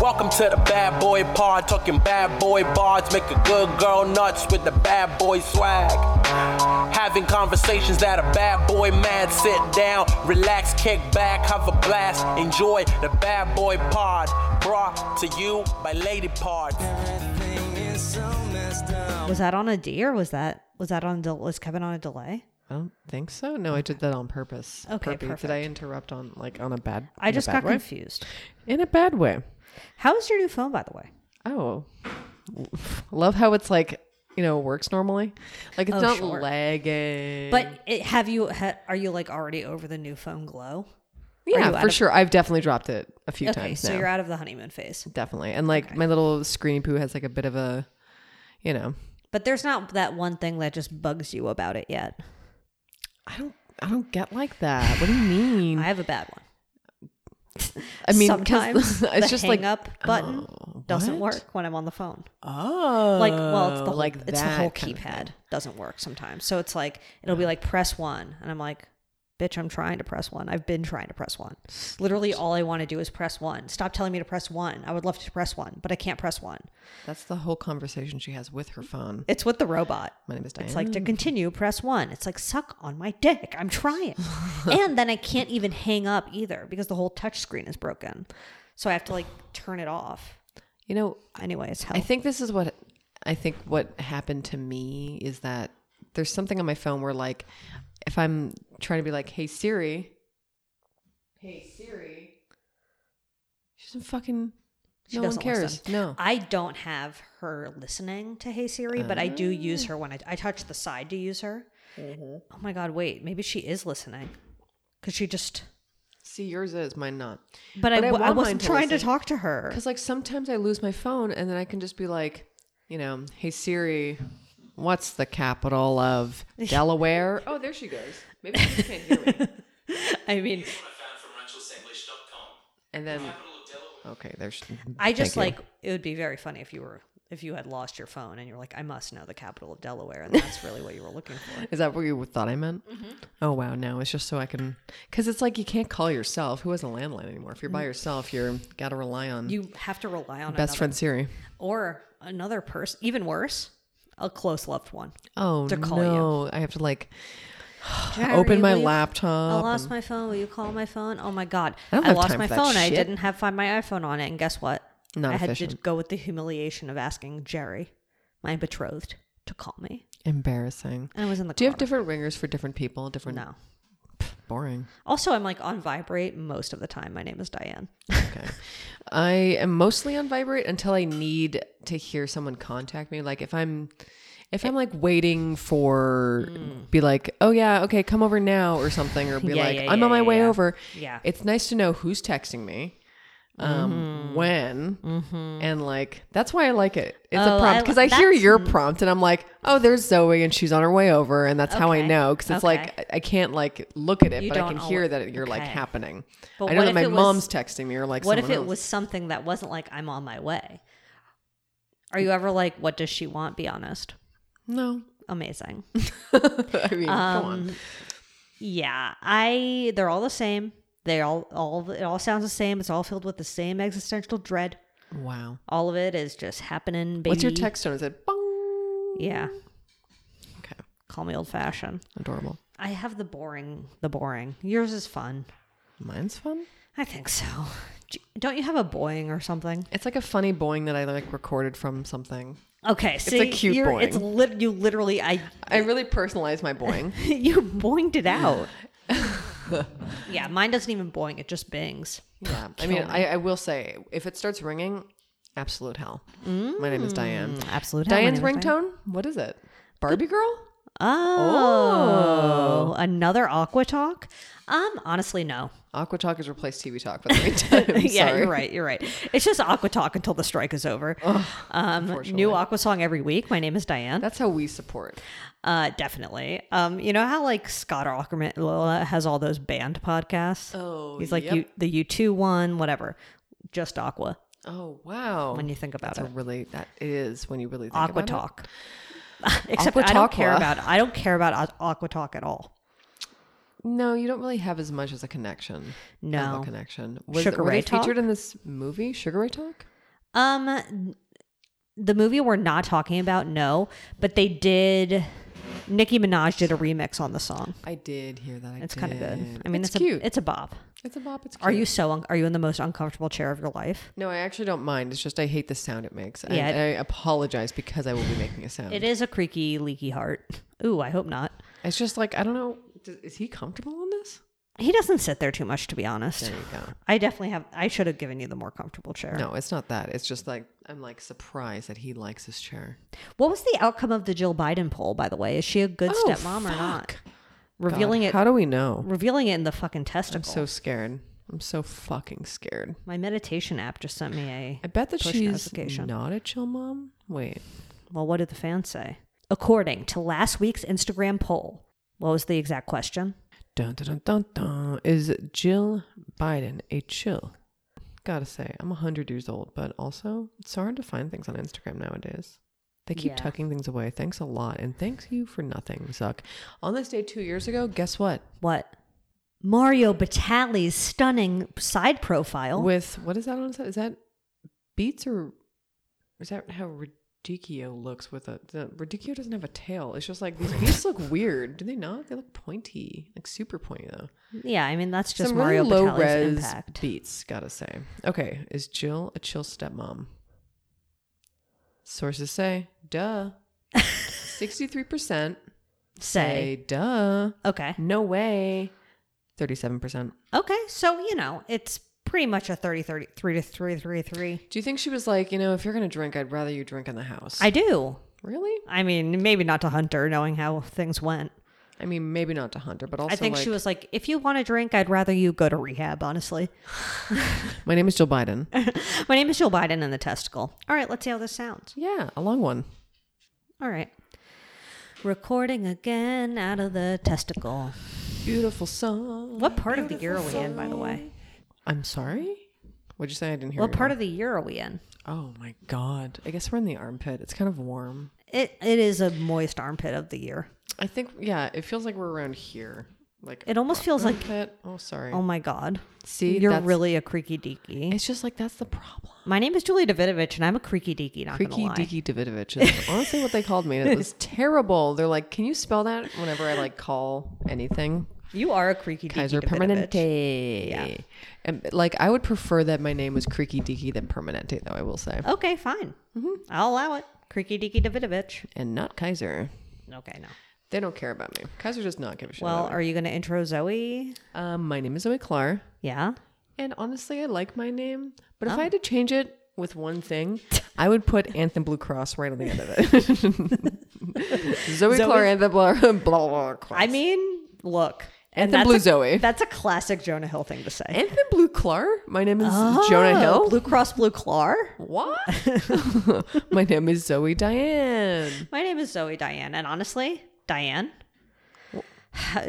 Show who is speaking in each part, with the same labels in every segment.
Speaker 1: Welcome to the bad boy pod, talking bad boy bards, make a good girl nuts with the bad boy swag. Having conversations that a bad boy mad, sit down, relax, kick back, have a blast, enjoy the bad boy pod, brought to you by Lady Pod.
Speaker 2: Was that on a D or was that was that on del- was Kevin on a delay?
Speaker 3: I don't think so. No, I did that on purpose.
Speaker 2: Okay,
Speaker 3: Did I
Speaker 2: perfect.
Speaker 3: interrupt on like on a bad?
Speaker 2: I
Speaker 3: in a
Speaker 2: just
Speaker 3: bad
Speaker 2: got
Speaker 3: way?
Speaker 2: confused.
Speaker 3: In a bad way.
Speaker 2: How is your new phone, by the way?
Speaker 3: Oh, love how it's like you know works normally. Like it's
Speaker 2: Oh,
Speaker 3: not
Speaker 2: sure.
Speaker 3: lagging.
Speaker 2: But it, have you ha, are you like already over the new phone glow? you
Speaker 3: yeah,
Speaker 2: out
Speaker 3: for
Speaker 2: of-
Speaker 3: sure. I've definitely dropped it a few
Speaker 2: Okay,
Speaker 3: times
Speaker 2: so
Speaker 3: now.
Speaker 2: you're out of the honeymoon phase.
Speaker 3: definitely, and like my little screeny poo has like a bit of a, you know,
Speaker 2: But there's not that one thing that just bugs you about it yet.
Speaker 3: I don't. I don't get like that. What do you mean?
Speaker 2: I have a bad one.
Speaker 3: Mm. I mean, 'cause
Speaker 2: sometimes
Speaker 3: it's
Speaker 2: the
Speaker 3: just
Speaker 2: hang
Speaker 3: like
Speaker 2: up button
Speaker 3: oh,
Speaker 2: doesn't
Speaker 3: what?
Speaker 2: work when I'm on the phone.
Speaker 3: Oh,
Speaker 2: like well it's the whole,
Speaker 3: like
Speaker 2: it's the
Speaker 3: that
Speaker 2: whole
Speaker 3: kind of thing.
Speaker 2: keypad doesn't work sometimes so it's like it'll be like press one and i'm like bitch i'm trying to press one i've been trying to press one literally all i want to do is press one stop telling me to press one i would love to press one but i can't press one
Speaker 3: That's the whole conversation she has with her phone.
Speaker 2: it's with the robot
Speaker 3: My name is Diane.
Speaker 2: it's like to continue press one it's like suck on my dick i'm trying and then i can't even hang up either because the whole touch screen is broken so i have to like turn it off
Speaker 3: you know,
Speaker 2: anyway it's hell
Speaker 3: I think this is what I think what happened to me is that there's something on my phone where like if I'm trying to be like, "Hey Siri." Hey Siri. She doesn't fucking
Speaker 2: She
Speaker 3: no one
Speaker 2: doesn't listen.
Speaker 3: cares. No.
Speaker 2: I don't have her listening to Hey Siri, but I do use her when I, I touch the side to use her.
Speaker 3: Mm-hmm.
Speaker 2: Oh my God, wait. Maybe she is listening. Because she just.
Speaker 3: See, yours is mine not.
Speaker 2: But, I,
Speaker 3: But I
Speaker 2: w- I
Speaker 3: want mine
Speaker 2: wasn't
Speaker 3: to
Speaker 2: trying to
Speaker 3: listen.
Speaker 2: talk to her.
Speaker 3: Cuz like sometimes I lose my phone and then I can just be like, you know, "Hey Siri, what's the capital of Delaware?" oh, there she goes. Maybe she can't hear me.
Speaker 2: I mean,
Speaker 3: And then, okay, there's.
Speaker 2: I just
Speaker 3: thank
Speaker 2: like, it would be very funny if you were. If you had lost your phone and you're like, I must know the capital of Delaware, and that's really what you were looking for.
Speaker 3: you. Is that what you thought I meant?
Speaker 2: Mm-hmm.
Speaker 3: Oh wow, no, it's just so I can, because it's like you can't call yourself. Who has a landline anymore? If you're by yourself, you're gotta rely on
Speaker 2: Mm. You have to rely on
Speaker 3: best
Speaker 2: another,
Speaker 3: friend Siri.
Speaker 2: or another person, even worse, a close loved one.
Speaker 3: Oh
Speaker 2: To call you.
Speaker 3: no, I have to like
Speaker 2: Jared, will
Speaker 3: open
Speaker 2: you
Speaker 3: my
Speaker 2: leave? I
Speaker 3: laptop.
Speaker 2: lost
Speaker 3: and-
Speaker 2: my phone. Will you call my phone? Oh my god,
Speaker 3: I don't
Speaker 2: I,
Speaker 3: have
Speaker 2: lost
Speaker 3: time
Speaker 2: my
Speaker 3: for that
Speaker 2: phone. I
Speaker 3: shit.
Speaker 2: didn't have Find My iPhone on it, and guess what?
Speaker 3: Not
Speaker 2: I had to
Speaker 3: efficient.
Speaker 2: go with the humiliation of asking Jerry, my betrothed, to call me,
Speaker 3: Embarrassing.
Speaker 2: and I was in the.
Speaker 3: Do you have
Speaker 2: car.
Speaker 3: different ringers for different people? Different.
Speaker 2: No.
Speaker 3: Boring.
Speaker 2: Also, I'm like on vibrate most of the time. My name is Diane.
Speaker 3: Okay. I am mostly on vibrate until I need to hear someone contact me. Like if I'm if I'm like waiting for be like, "Oh yeah, okay, come over now" or something or be
Speaker 2: Mm. Yeah,
Speaker 3: like,
Speaker 2: yeah,
Speaker 3: "I'm
Speaker 2: yeah,
Speaker 3: on my
Speaker 2: yeah,
Speaker 3: way
Speaker 2: yeah.
Speaker 3: over."
Speaker 2: Yeah.
Speaker 3: It's nice to know who's texting me.
Speaker 2: Mm-hmm.
Speaker 3: Um when and like that's why I like it. It's
Speaker 2: Oh, Mm-hmm. I
Speaker 3: a prompt
Speaker 2: li-
Speaker 3: because I, hear
Speaker 2: that's-
Speaker 3: your prompt and I'm like, oh, there's Zoe and she's on her way over and that's how I
Speaker 2: Okay.
Speaker 3: know because it's
Speaker 2: Okay.
Speaker 3: like I- I can't like look at it,
Speaker 2: You
Speaker 3: but I
Speaker 2: don't
Speaker 3: can hear
Speaker 2: alwa-
Speaker 3: that you're like
Speaker 2: okay.
Speaker 3: happening.
Speaker 2: But
Speaker 3: I know
Speaker 2: what
Speaker 3: that
Speaker 2: if
Speaker 3: my
Speaker 2: it was-
Speaker 3: mom's texting me or like
Speaker 2: What if
Speaker 3: someone
Speaker 2: it
Speaker 3: else.
Speaker 2: was something that wasn't like I'm on my way? Are you ever like, what does she want? Be honest.
Speaker 3: No.
Speaker 2: Amazing.
Speaker 3: I mean, go
Speaker 2: Um,
Speaker 3: on.
Speaker 2: Yeah, I they're all the same. They all all it all sounds the same. It's all filled with the same existential dread.
Speaker 3: Wow.
Speaker 2: All of it is just happening. Baby.
Speaker 3: What's your text tone? Is it bong?
Speaker 2: Yeah,
Speaker 3: Okay.
Speaker 2: call me old fashioned.
Speaker 3: Adorable.
Speaker 2: I have the boring. The boring. Yours is fun.
Speaker 3: Mine's fun.
Speaker 2: I think so. Gee, Don't you have a boing or something?
Speaker 3: It's like a funny boing that I like recorded from something.
Speaker 2: Okay, see,
Speaker 3: a cute
Speaker 2: you're- It's
Speaker 3: boing.
Speaker 2: lit. You literally, I
Speaker 3: I really personalize my boing.
Speaker 2: you boinged it out. yeah, mine doesn't even boing. It just bings.
Speaker 3: Yeah. I mean, I, I will say, if it starts ringing, absolute hell. My name is Diane.
Speaker 2: Mm. Absolutely.
Speaker 3: Diane's ringtone? What is it? Barbie girl?
Speaker 2: Oh, another Aqua Talk? Um, honestly, no.
Speaker 3: Aqua Talk has replaced TV Talk for the meantime. I'm
Speaker 2: yeah,
Speaker 3: sorry.
Speaker 2: you're right. You're right. It's just Aqua Talk until the strike is over. um, new Aqua song every week. My name is Diane.
Speaker 3: That's how we support.
Speaker 2: Uh, definitely. Um, you know how like Scott Ackerman Lola has all those band podcasts.
Speaker 3: Oh,
Speaker 2: he's like
Speaker 3: yep.
Speaker 2: you, the U two one, whatever. Just Aqua.
Speaker 3: Oh, wow.
Speaker 2: When you think about
Speaker 3: That's
Speaker 2: it,
Speaker 3: a really that is when you really think
Speaker 2: Aqua
Speaker 3: about it.
Speaker 2: Talk. Except I don't care
Speaker 3: Aquataqua.
Speaker 2: about I don't care about Aqua Talk at all.
Speaker 3: No, you don't really have as much as a connection.
Speaker 2: No.
Speaker 3: As a connection. Was,
Speaker 2: Sugar
Speaker 3: were
Speaker 2: Ray
Speaker 3: they
Speaker 2: Talk?
Speaker 3: featured in this movie, Sugar Ray Talk?
Speaker 2: Um, the movie we're not talking about, no, but they did. Nicki Minaj did a remix on the song.
Speaker 3: I did hear that. I
Speaker 2: It's kind of good.
Speaker 3: did.
Speaker 2: I mean,
Speaker 3: it's,
Speaker 2: it's,
Speaker 3: cute.
Speaker 2: A, it's a bop.
Speaker 3: it's a bop. It's cute.
Speaker 2: Are you so? Un- are you in the most uncomfortable chair of your life?
Speaker 3: No, I actually don't mind. It's just I hate the sound it makes.
Speaker 2: Yeah,
Speaker 3: I,
Speaker 2: it-
Speaker 3: I apologize because I will be making a sound.
Speaker 2: It is a creaky, leaky heart. Ooh, I hope not.
Speaker 3: It's just like I don't know. d- Is he comfortable on this?
Speaker 2: He doesn't sit there too much, to be honest.
Speaker 3: There you go.
Speaker 2: I definitely have. I should have given you the more comfortable chair.
Speaker 3: No, it's not that. It's just like I'm like surprised that he likes his chair.
Speaker 2: What was the outcome of the Jill Biden poll, by the way? Is she a good
Speaker 3: Oh,
Speaker 2: stepmom or not?
Speaker 3: fuck.
Speaker 2: Revealing
Speaker 3: God,
Speaker 2: it,
Speaker 3: How do we know?
Speaker 2: revealing it in the fucking
Speaker 3: I'm
Speaker 2: testicle.
Speaker 3: so scared. I'm so fucking scared.
Speaker 2: My meditation app just sent me a.
Speaker 3: I bet that
Speaker 2: Push
Speaker 3: she's
Speaker 2: notification.
Speaker 3: not a chill mom. Wait,
Speaker 2: Well, what did the fans say? According to last week's Instagram poll, what was the exact question?
Speaker 3: dun dun dun dun dun. Is Jill Biden a chill? Gotta say, I'm hundred years old, but also it's so hard to find things on Instagram nowadays. They keep
Speaker 2: Yeah.
Speaker 3: tucking things away. Thanks a lot, and thanks you for nothing, Zuck. On this day two years ago, guess what?
Speaker 2: What? Mario Batali's stunning side profile.
Speaker 3: With what is that on his head? Is that beats or is that how Radicchio looks with a the, Radicchio doesn't have a tail. It's just like these beats look weird, do they not? They look pointy, like super pointy though.
Speaker 2: yeah, I mean that's just
Speaker 3: Some
Speaker 2: Mario
Speaker 3: really low
Speaker 2: Batali's
Speaker 3: res
Speaker 2: impact.
Speaker 3: beats, gotta say. Okay, is Jill a chill stepmom? Sources say, duh. Sixty-three percent
Speaker 2: say.
Speaker 3: say duh.
Speaker 2: Okay.
Speaker 3: No way. Thirty-seven percent.
Speaker 2: Okay. So, you know, it's pretty much a 30 30 3 to 3 3 3.
Speaker 3: Do you think she was like, you know, if you're gonna drink, I'd rather you drink in the house?
Speaker 2: I do.
Speaker 3: really?
Speaker 2: I mean, maybe not to Hunter, knowing how things went.
Speaker 3: I mean, maybe not to Hunter, but also
Speaker 2: I think
Speaker 3: like,
Speaker 2: she was like, if you want to drink, I'd rather you go to rehab, honestly.
Speaker 3: My name is Jill Biden.
Speaker 2: My name is Jill Biden and the testicle. All right, let's see how this sounds.
Speaker 3: yeah, a long one.
Speaker 2: All right. Recording again out of the testicle.
Speaker 3: Beautiful song.
Speaker 2: What part of the year are we in, by the way?
Speaker 3: I'm sorry. What'd you say? I didn't hear.
Speaker 2: What
Speaker 3: you
Speaker 2: part
Speaker 3: well.
Speaker 2: of the year are we in?
Speaker 3: Oh my god. I guess we're in the armpit. It's kind of warm.
Speaker 2: It it is a moist armpit of the year.
Speaker 3: I think. Yeah, it feels like we're around here. Like
Speaker 2: It almost feels like
Speaker 3: armpit. Oh, sorry.
Speaker 2: oh my god.
Speaker 3: See,
Speaker 2: You're
Speaker 3: that's-
Speaker 2: really a creaky deaky.
Speaker 3: It's just like that's the problem.
Speaker 2: My name is Julie Davidovich and I'm a creaky deaky, not
Speaker 3: Creaky
Speaker 2: gonna lie.
Speaker 3: Deaky Davidovich is honestly what they called me. And it was terrible. They're like, can you spell that whenever I like call anything?
Speaker 2: You are a creaky deaky.
Speaker 3: Kaiser
Speaker 2: Davidovich.
Speaker 3: Permanente.
Speaker 2: Yeah.
Speaker 3: And like I would prefer that my name was Creaky Deaky than Permanente, though I will say,
Speaker 2: Okay, fine.
Speaker 3: Mm-hmm.
Speaker 2: I'll allow it. Creaky deaky Davidovich.
Speaker 3: and not Kaiser.
Speaker 2: Okay, no.
Speaker 3: They don't care about me. Kaiser does not give a shit.
Speaker 2: Well,
Speaker 3: about me.
Speaker 2: are you gonna intro Zoe?
Speaker 3: Um, my name is Zoe Clar,
Speaker 2: Yeah.
Speaker 3: and honestly, I like my name. But if
Speaker 2: Oh.
Speaker 3: I had to change it with one thing, I would put Anthem Blue Cross right on the end of it. Zoe, Clar, Anthem Blue, blah, blah, blah, Cross.
Speaker 2: I mean, look.
Speaker 3: Anthem Blue
Speaker 2: a,
Speaker 3: Zoe.
Speaker 2: That's a classic Jonah Hill thing to say.
Speaker 3: Anthem Blue Clar. My name is Jonah Hill.
Speaker 2: Oh, Blue Cross Blue Clar.
Speaker 3: what? my name is Zoe Diane.
Speaker 2: My name is Zoe Diane, and honestly, Diane,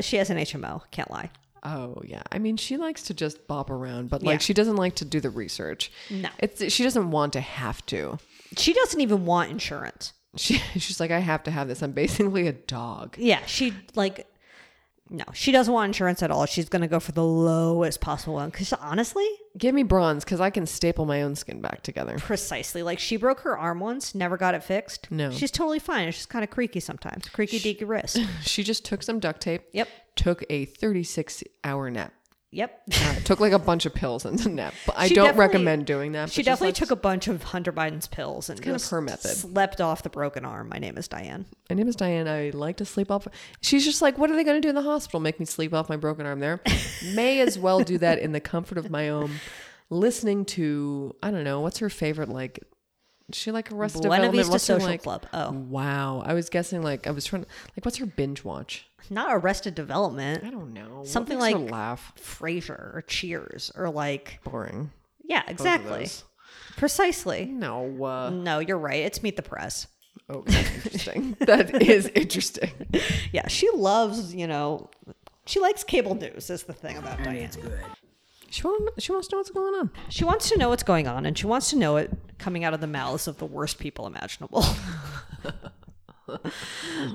Speaker 2: she has an HMO. Can't lie.
Speaker 3: Oh yeah, I mean she likes to just bop around, but
Speaker 2: Yeah.
Speaker 3: like she doesn't like to do the research.
Speaker 2: No.
Speaker 3: it's she doesn't want to have to.
Speaker 2: She doesn't even want insurance.
Speaker 3: She she's like I have to have this. I'm basically a dog.
Speaker 2: Yeah, she like. No, she doesn't want insurance at all. She's gonna go for the lowest possible one because honestly,
Speaker 3: Give me bronze because I can staple my own skin back together.
Speaker 2: precisely like she broke her arm once, never got it fixed.
Speaker 3: No.
Speaker 2: she's totally fine. It's just kind of creaky sometimes, creaky deaky wrist.
Speaker 3: She just took some duct tape.
Speaker 2: Yep.
Speaker 3: Took a 36 hour nap.
Speaker 2: Yep,
Speaker 3: Uh, took like a bunch of pills and a nap. But I
Speaker 2: She
Speaker 3: don't
Speaker 2: definitely-
Speaker 3: recommend doing that.
Speaker 2: She definitely took a bunch of Hunter Biden's pills and
Speaker 3: kind of
Speaker 2: just
Speaker 3: her method.
Speaker 2: slept off the broken arm. My name is Diane.
Speaker 3: My name is Diane. I like to sleep off. She's just like, what are they going to do in the hospital? Make me sleep off my broken arm there? May as well do that in the comfort of my own. Listening to, I don't know, what's her favorite? Like, is she like Arrested
Speaker 2: Buena
Speaker 3: Development?
Speaker 2: Vista
Speaker 3: What's her,
Speaker 2: Social
Speaker 3: like-
Speaker 2: Club. Oh,
Speaker 3: Wow. I was guessing, like, I was trying to, like, what's her binge watch?
Speaker 2: not Arrested
Speaker 3: I
Speaker 2: Development,
Speaker 3: don't know. What
Speaker 2: Something
Speaker 3: makes her
Speaker 2: like-
Speaker 3: laugh.
Speaker 2: Frasier, or Cheers, or like
Speaker 3: Boring.
Speaker 2: yeah,
Speaker 3: Both of
Speaker 2: exactly,
Speaker 3: those.
Speaker 2: precisely.
Speaker 3: No. Uh,
Speaker 2: No, you're right. It's Meet the Press. Mm.
Speaker 3: oh, that's interesting. that is interesting.
Speaker 2: Yeah, she loves you know, she likes cable news. Is the thing about Diane.
Speaker 3: She, want, she wants to know what's going on.
Speaker 2: She wants to know what's going on, and she wants to know it coming out of the mouths of the worst people imaginable.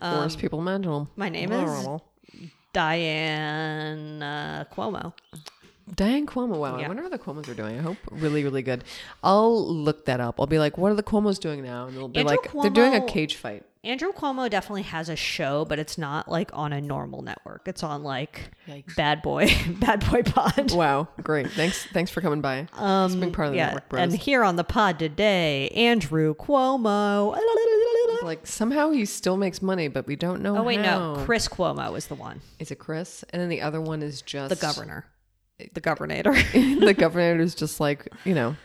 Speaker 2: Um,
Speaker 3: Worst people imaginable.
Speaker 2: my name is- Diane uh, Cuomo.
Speaker 3: Diane Cuomo. Wow. I
Speaker 2: Yeah.
Speaker 3: wonder what the Cuomos are doing. I hope really, really good. I'll look that up. I'll be like, what are the Cuomos doing now? And they'll be
Speaker 2: Andrew
Speaker 3: like, they're doing a
Speaker 2: Cuomo-
Speaker 3: cage fight.
Speaker 2: Andrew Cuomo definitely has a show, but it's not like on a normal network. It's on like
Speaker 3: Yikes.
Speaker 2: Bad Boy, Bad Boy Pod.
Speaker 3: Wow. Great. Thanks. Thanks for coming by. it's been part of
Speaker 2: Um,
Speaker 3: the
Speaker 2: yeah,
Speaker 3: network, bros.
Speaker 2: and here on the pod today, Andrew Cuomo.
Speaker 3: like somehow he still makes money, but we don't know.
Speaker 2: Oh wait, no,
Speaker 3: how.
Speaker 2: Chris Cuomo is the one,
Speaker 3: Is it Chris? And then the other one is just
Speaker 2: the governor, the governator.
Speaker 3: the governor is just like you know,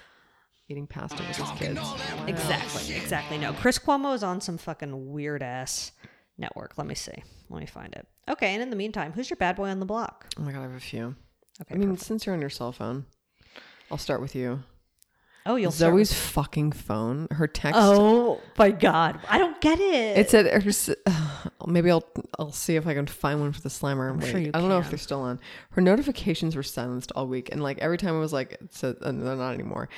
Speaker 3: eating pasta with his kids. Oh
Speaker 2: exactly, exactly. No, Chris Cuomo is on some fucking weird ass network. Let me see. Let me find it. Okay, and in the meantime, who's your bad boy on the block?
Speaker 3: Oh my god, I have a few.
Speaker 2: Okay,
Speaker 3: I mean, since you're on your cell phone, I'll start with you.
Speaker 2: oh, you'll start
Speaker 3: Zoe's fucking phone. Her text.
Speaker 2: Oh my god, I don't get it.
Speaker 3: It said her, s- maybe I'll I'll see if I can find one for the slammer. Wait,
Speaker 2: sure you
Speaker 3: I don't know if
Speaker 2: can.
Speaker 3: they're still on. Her notifications were silenced all week, and like every time I was like, so, uh, they're not anymore.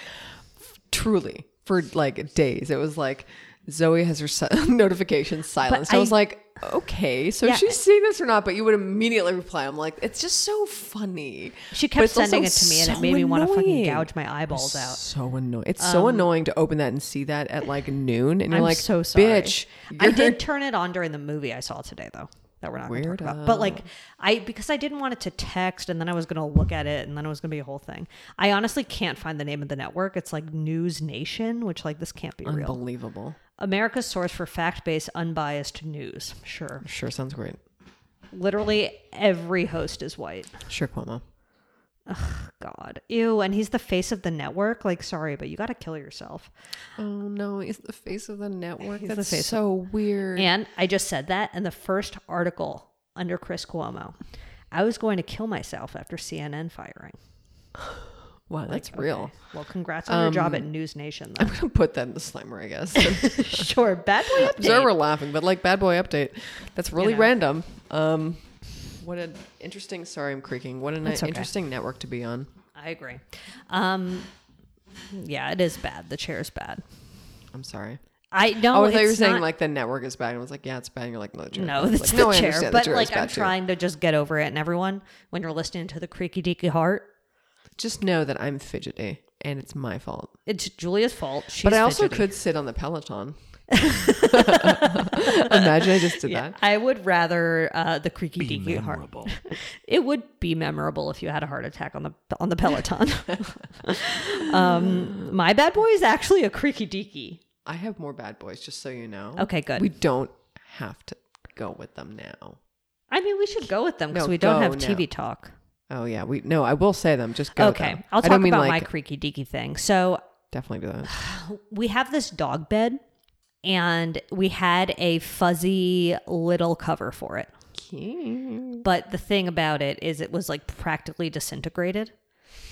Speaker 3: Truly, for like days, it was like Zoe has her si- notifications silenced. I, was
Speaker 2: I-
Speaker 3: like, okay, so
Speaker 2: Yeah.
Speaker 3: she's seeing this or not? But you would immediately reply. I'm like, it's just so funny.
Speaker 2: she
Speaker 3: But
Speaker 2: kept
Speaker 3: it's also
Speaker 2: sending it to me, and
Speaker 3: so
Speaker 2: it made me want to fucking
Speaker 3: annoying.
Speaker 2: gouge my eyeballs out. Um,
Speaker 3: So annoying. It's so annoying to open that and see that at like noon, and you're
Speaker 2: I'm
Speaker 3: like,
Speaker 2: so sorry.
Speaker 3: bitch.
Speaker 2: I
Speaker 3: you're-
Speaker 2: did turn it on during the movie I saw today though. That we're not going to talk about. But like I because I didn't want it to text and then I was going to look at it and then it was going to be a whole thing. I honestly can't find the name of the network. It's like News Nation, which like this can't be real.
Speaker 3: Unbelievable.
Speaker 2: America's source for fact-based unbiased news. Sure.
Speaker 3: Sure, sounds great.
Speaker 2: Literally every host is white.
Speaker 3: Sure, Cuomo.
Speaker 2: God. Ew, and he's the face of the network. Like sorry, but you got to kill yourself.
Speaker 3: Oh no, he's the face of the network.
Speaker 2: He's the
Speaker 3: That's
Speaker 2: face of-
Speaker 3: so weird.
Speaker 2: And I just said that in the first article under Chris Cuomo. I was going to kill myself after CNN firing.
Speaker 3: wow, that's real. Um,
Speaker 2: Well, congrats on your job at News Nation, though.
Speaker 3: I'm gonna put that in the slimer, I guess.
Speaker 2: sure, bad boy
Speaker 3: Sorry, we're
Speaker 2: update.
Speaker 3: laughing, but like bad boy update. That's really
Speaker 2: know.
Speaker 3: random. Um, what an interesting. Sorry, I'm creaking. What an
Speaker 2: That's okay.
Speaker 3: interesting network to be on.
Speaker 2: I agree. Um, yeah, it is bad. The chair is bad.
Speaker 3: I'm sorry.
Speaker 2: I
Speaker 3: Oh,
Speaker 2: know.
Speaker 3: I thought you were
Speaker 2: it's
Speaker 3: saying
Speaker 2: not-
Speaker 3: like the network is bad. And I was like, yeah, it's bad. And you're like, no, the chair.
Speaker 2: no,
Speaker 3: I was
Speaker 2: it's
Speaker 3: like,
Speaker 2: the
Speaker 3: I
Speaker 2: chair.
Speaker 3: understand the
Speaker 2: But
Speaker 3: chair is
Speaker 2: like, I'm
Speaker 3: bad too.
Speaker 2: trying to just get over it. And everyone, when you're listening to the creaky deaky heart,
Speaker 3: Just know that I'm fidgety, and it's my fault.
Speaker 2: it's Julia's fault. She's
Speaker 3: but I also
Speaker 2: fidgety.
Speaker 3: could sit on the Peloton. Imagine I just did that.
Speaker 2: I would rather uh, the creaky deaky heart. it would be memorable if you had a heart attack on the on the Peloton. um, my bad boy is actually a creaky deaky.
Speaker 3: I have more bad boys, just so you know.
Speaker 2: Okay, good.
Speaker 3: We don't have to go with them now.
Speaker 2: I mean, we should go with them because
Speaker 3: No,
Speaker 2: we don't
Speaker 3: go
Speaker 2: have
Speaker 3: now.
Speaker 2: TV talk.
Speaker 3: Oh yeah, we no. I will say them. Just go. with
Speaker 2: okay,
Speaker 3: them.
Speaker 2: I'll
Speaker 3: I
Speaker 2: talk
Speaker 3: don't mean
Speaker 2: about my
Speaker 3: like
Speaker 2: creaky deaky thing. So
Speaker 3: definitely do that.
Speaker 2: we have this dog bed, and we had a fuzzy little cover for it.
Speaker 3: Cute.
Speaker 2: But the thing about it is, it was like practically disintegrated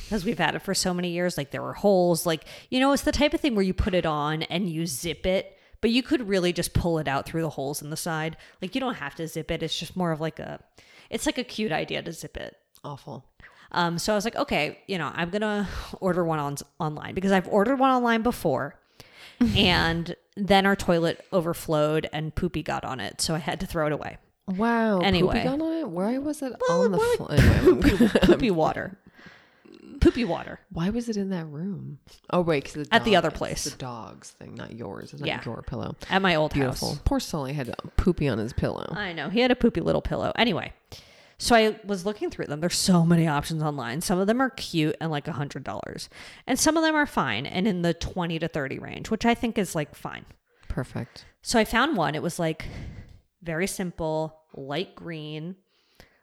Speaker 2: because we've had it for so many years. Like there were holes. Like you know, it's the type of thing where you put it on and you zip it, but you could really just pull it out through the holes in the side. Like you don't have to zip it. It's just more of like a, it's like a cute idea to zip it.
Speaker 3: Awful.
Speaker 2: Um, so I was like, okay, you know, I'm gonna order one on online because I've ordered one online before, and then our toilet overflowed and poopy got on it, so I had to throw it away.
Speaker 3: Wow. poopy
Speaker 2: Anyway.
Speaker 3: got on it? where was it
Speaker 2: Well,
Speaker 3: on the
Speaker 2: more like
Speaker 3: floor? Anyway, I'm-
Speaker 2: Poopy water, poopy water.
Speaker 3: why was it in that room? Oh wait, 'cause
Speaker 2: At the
Speaker 3: dog-
Speaker 2: other
Speaker 3: it's
Speaker 2: place.
Speaker 3: the dog's thing, not yours. It's not
Speaker 2: Yeah.
Speaker 3: your pillow.
Speaker 2: at my old
Speaker 3: Beautiful.
Speaker 2: house.
Speaker 3: Poor Sully had poopy on his pillow.
Speaker 2: I know. He had a poopy little pillow. Anyway, so I was looking through them. There's so many options online. Some of them are cute and like $100, and some of them are fine and in the 20 to 30 range, which I think is like fine.
Speaker 3: Perfect.
Speaker 2: So I found one. It was like very simple, light green,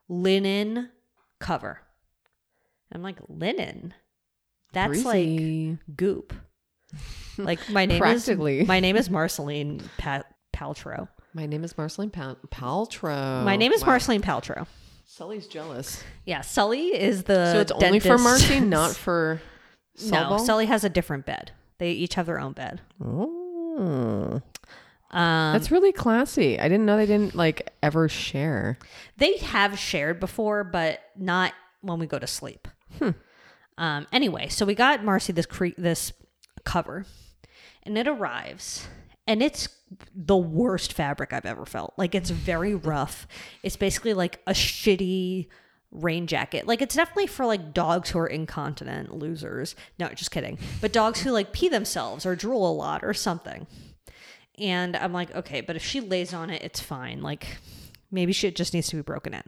Speaker 2: linen cover. I'm like, linen? That's like
Speaker 3: Breezy.
Speaker 2: goop. Like my name
Speaker 3: Practically.
Speaker 2: is my name is Marceline Pat Paltrow.
Speaker 3: My name is Marceline Pal- Paltrow.
Speaker 2: my name is
Speaker 3: Oh, Wow.
Speaker 2: Marceline Paltrow.
Speaker 3: Sully's jealous.
Speaker 2: Yeah, Sully is the
Speaker 3: so it's only for
Speaker 2: dentist.
Speaker 3: Marcy, not for
Speaker 2: no.
Speaker 3: Solbo?
Speaker 2: Sully has a different bed. They each have their own bed.
Speaker 3: Oh,
Speaker 2: Um,
Speaker 3: that's really classy. I didn't know they didn't like ever share.
Speaker 2: they have shared before, but not when we go to sleep. Um, anyway, so we got Marcy this cre- this cover, and it arrives, and it's the worst fabric I've ever felt. Like it's very rough. It's basically like a shitty rain jacket. Like it's definitely for like dogs who are incontinent losers. No, just kidding. But dogs who like pee themselves or drool a lot or something. And I'm like, okay, but if she lays on it, it's fine. Like maybe she just needs to be broken in.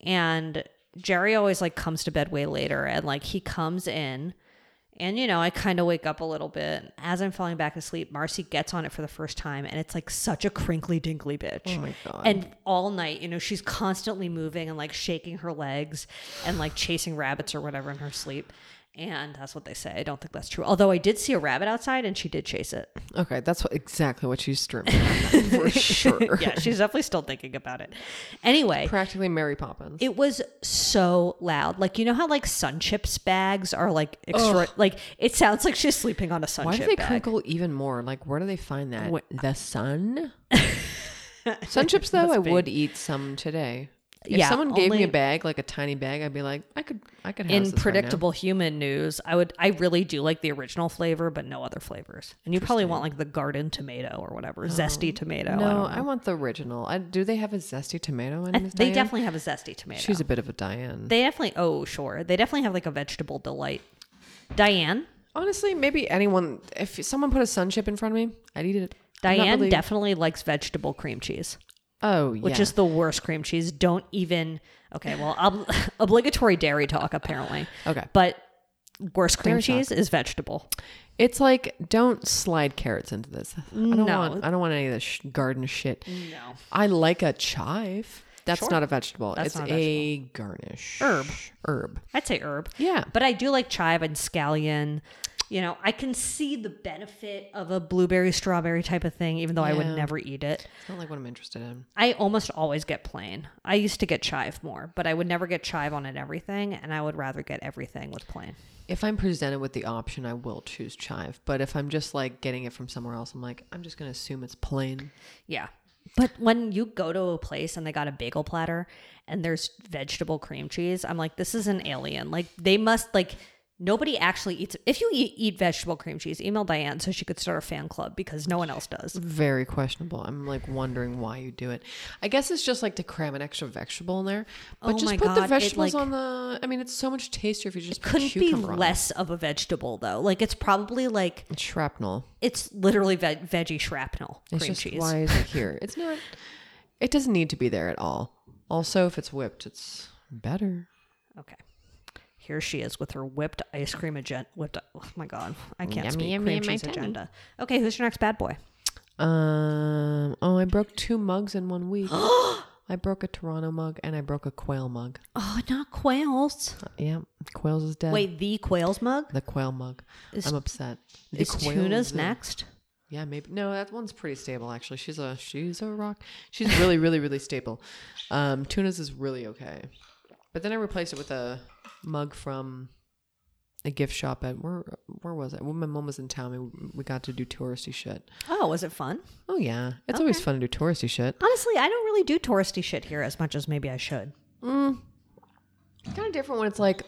Speaker 2: And Jerry always like comes to bed way later and like he comes in and you know, I kind of wake up a little bit. As I'm falling back asleep, Marcy gets on it for the first time and it's like such a crinkly dinkly bitch.
Speaker 3: Oh my god.
Speaker 2: And all night, you know, she's constantly moving and like shaking her legs and like chasing rabbits or whatever in her sleep. And that's what they say. I don't think that's true. Although I did see a rabbit outside and she did chase it.
Speaker 3: okay, that's what, exactly what she's dreaming about, for sure.
Speaker 2: yeah, she's definitely still thinking about it. Anyway,
Speaker 3: Practically Mary Poppins.
Speaker 2: it was so loud. Like you know how like sun chips bags are like extra like it sounds like she's sleeping on a sun
Speaker 3: Why do
Speaker 2: chip
Speaker 3: they
Speaker 2: bag.
Speaker 3: crinkle even more? Like, where do they find that?
Speaker 2: What-
Speaker 3: The sun. sun chips, though, I would eat some today. If
Speaker 2: Yeah,
Speaker 3: someone gave me
Speaker 2: only-
Speaker 3: a bag, like a tiny bag, I'd be like, I could, I could. House
Speaker 2: in
Speaker 3: this right now.
Speaker 2: predictable human news, I would I really do like the original flavor, but no other flavors. And you probably want like the garden tomato or whatever, zesty tomato. I
Speaker 3: Oh. No,
Speaker 2: don't
Speaker 3: I, want the original. I, do they have a zesty tomato in
Speaker 2: I-
Speaker 3: Miss
Speaker 2: they
Speaker 3: Diane?
Speaker 2: definitely have a zesty tomato.
Speaker 3: She's a bit of a Diane.
Speaker 2: they definitely. Oh, sure. They definitely have like a vegetable delight. Diane.
Speaker 3: Honestly, maybe anyone. If someone put a sun chip in front of me, I'd eat it. I'm not
Speaker 2: Diane
Speaker 3: really-
Speaker 2: definitely likes vegetable cream cheese,
Speaker 3: Oh yeah.
Speaker 2: which is the worst cream cheese. Don't even. Okay, well, ob- obligatory dairy talk apparently,
Speaker 3: okay.
Speaker 2: but worst cream
Speaker 3: Dairy talk.
Speaker 2: cheese is vegetable.
Speaker 3: It's like don't slide carrots into this. I don't
Speaker 2: No. Mm.
Speaker 3: want. I don't want any of this sh- garden shit.
Speaker 2: No.
Speaker 3: I like a chive. That's not a vegetable.
Speaker 2: That's
Speaker 3: it's
Speaker 2: not a
Speaker 3: a, garnish.
Speaker 2: Herb.
Speaker 3: Herb.
Speaker 2: I'd say herb.
Speaker 3: Yeah.
Speaker 2: But I do like chive and scallion. You know, I can see the benefit of a blueberry strawberry type of thing, even though I would
Speaker 3: Yeah.
Speaker 2: never eat it.
Speaker 3: It's not like what I'm interested in.
Speaker 2: I almost always get plain. I used to get chive more, but I would never get chive on it everything, and I would rather get everything with plain.
Speaker 3: If I'm presented with the option, I will choose chive. But if I'm just like getting it from somewhere else, I'm like, I'm just gonna assume it's plain.
Speaker 2: Yeah. But when you go to a place and they got a bagel platter and there's vegetable cream cheese, I'm like, this is an alien. Like, they must, like, nobody actually eats. If you eat, eat vegetable cream cheese, email Diane so she could start a fan club because no one else does.
Speaker 3: Very questionable. I'm like wondering why you do it. I guess it's just like to cram an extra vegetable in there. But
Speaker 2: Oh
Speaker 3: just
Speaker 2: my
Speaker 3: put
Speaker 2: God,
Speaker 3: the
Speaker 2: it,
Speaker 3: vegetables
Speaker 2: like-
Speaker 3: on the. I mean, it's so much tastier if you just put
Speaker 2: Couldn't be
Speaker 3: cucumber on it.
Speaker 2: less of a vegetable, though. Like, it's probably like,
Speaker 3: It's shrapnel.
Speaker 2: it's literally ve- veggie shrapnel
Speaker 3: It's
Speaker 2: cream
Speaker 3: just
Speaker 2: cheese.
Speaker 3: why is it here? It's not. It doesn't need to be there at all. Also, if it's whipped, it's better.
Speaker 2: Okay. Here she is with her whipped ice cream agenda. Whipped, oh my God. I can't
Speaker 3: Yummy,
Speaker 2: speak.
Speaker 3: yummy
Speaker 2: cream
Speaker 3: in my
Speaker 2: cheese
Speaker 3: tummy.
Speaker 2: agenda. Okay, who's your next bad boy?
Speaker 3: Um. Oh, I broke two mugs in one week. I broke a Toronto mug and I broke a quail mug.
Speaker 2: Oh, not quails.
Speaker 3: Yeah, quails is dead.
Speaker 2: Wait, the quail's mug?
Speaker 3: the quail mug.
Speaker 2: Is-
Speaker 3: I'm upset. The
Speaker 2: Is
Speaker 3: quail
Speaker 2: tuna's
Speaker 3: is the-
Speaker 2: next?
Speaker 3: Yeah, maybe. No, that one's pretty stable actually. She's a she's a rock. She's really really really stable. Um, tuna's is really okay. But then I replaced it with a mug from a gift shop at where where was it? When my mom was in town, we, we got to do touristy shit.
Speaker 2: Oh, was it fun?
Speaker 3: Oh yeah, it's always fun to do touristy shit.
Speaker 2: Honestly, I don't really do touristy shit here as much as maybe I should.
Speaker 3: Kind of different when it's like.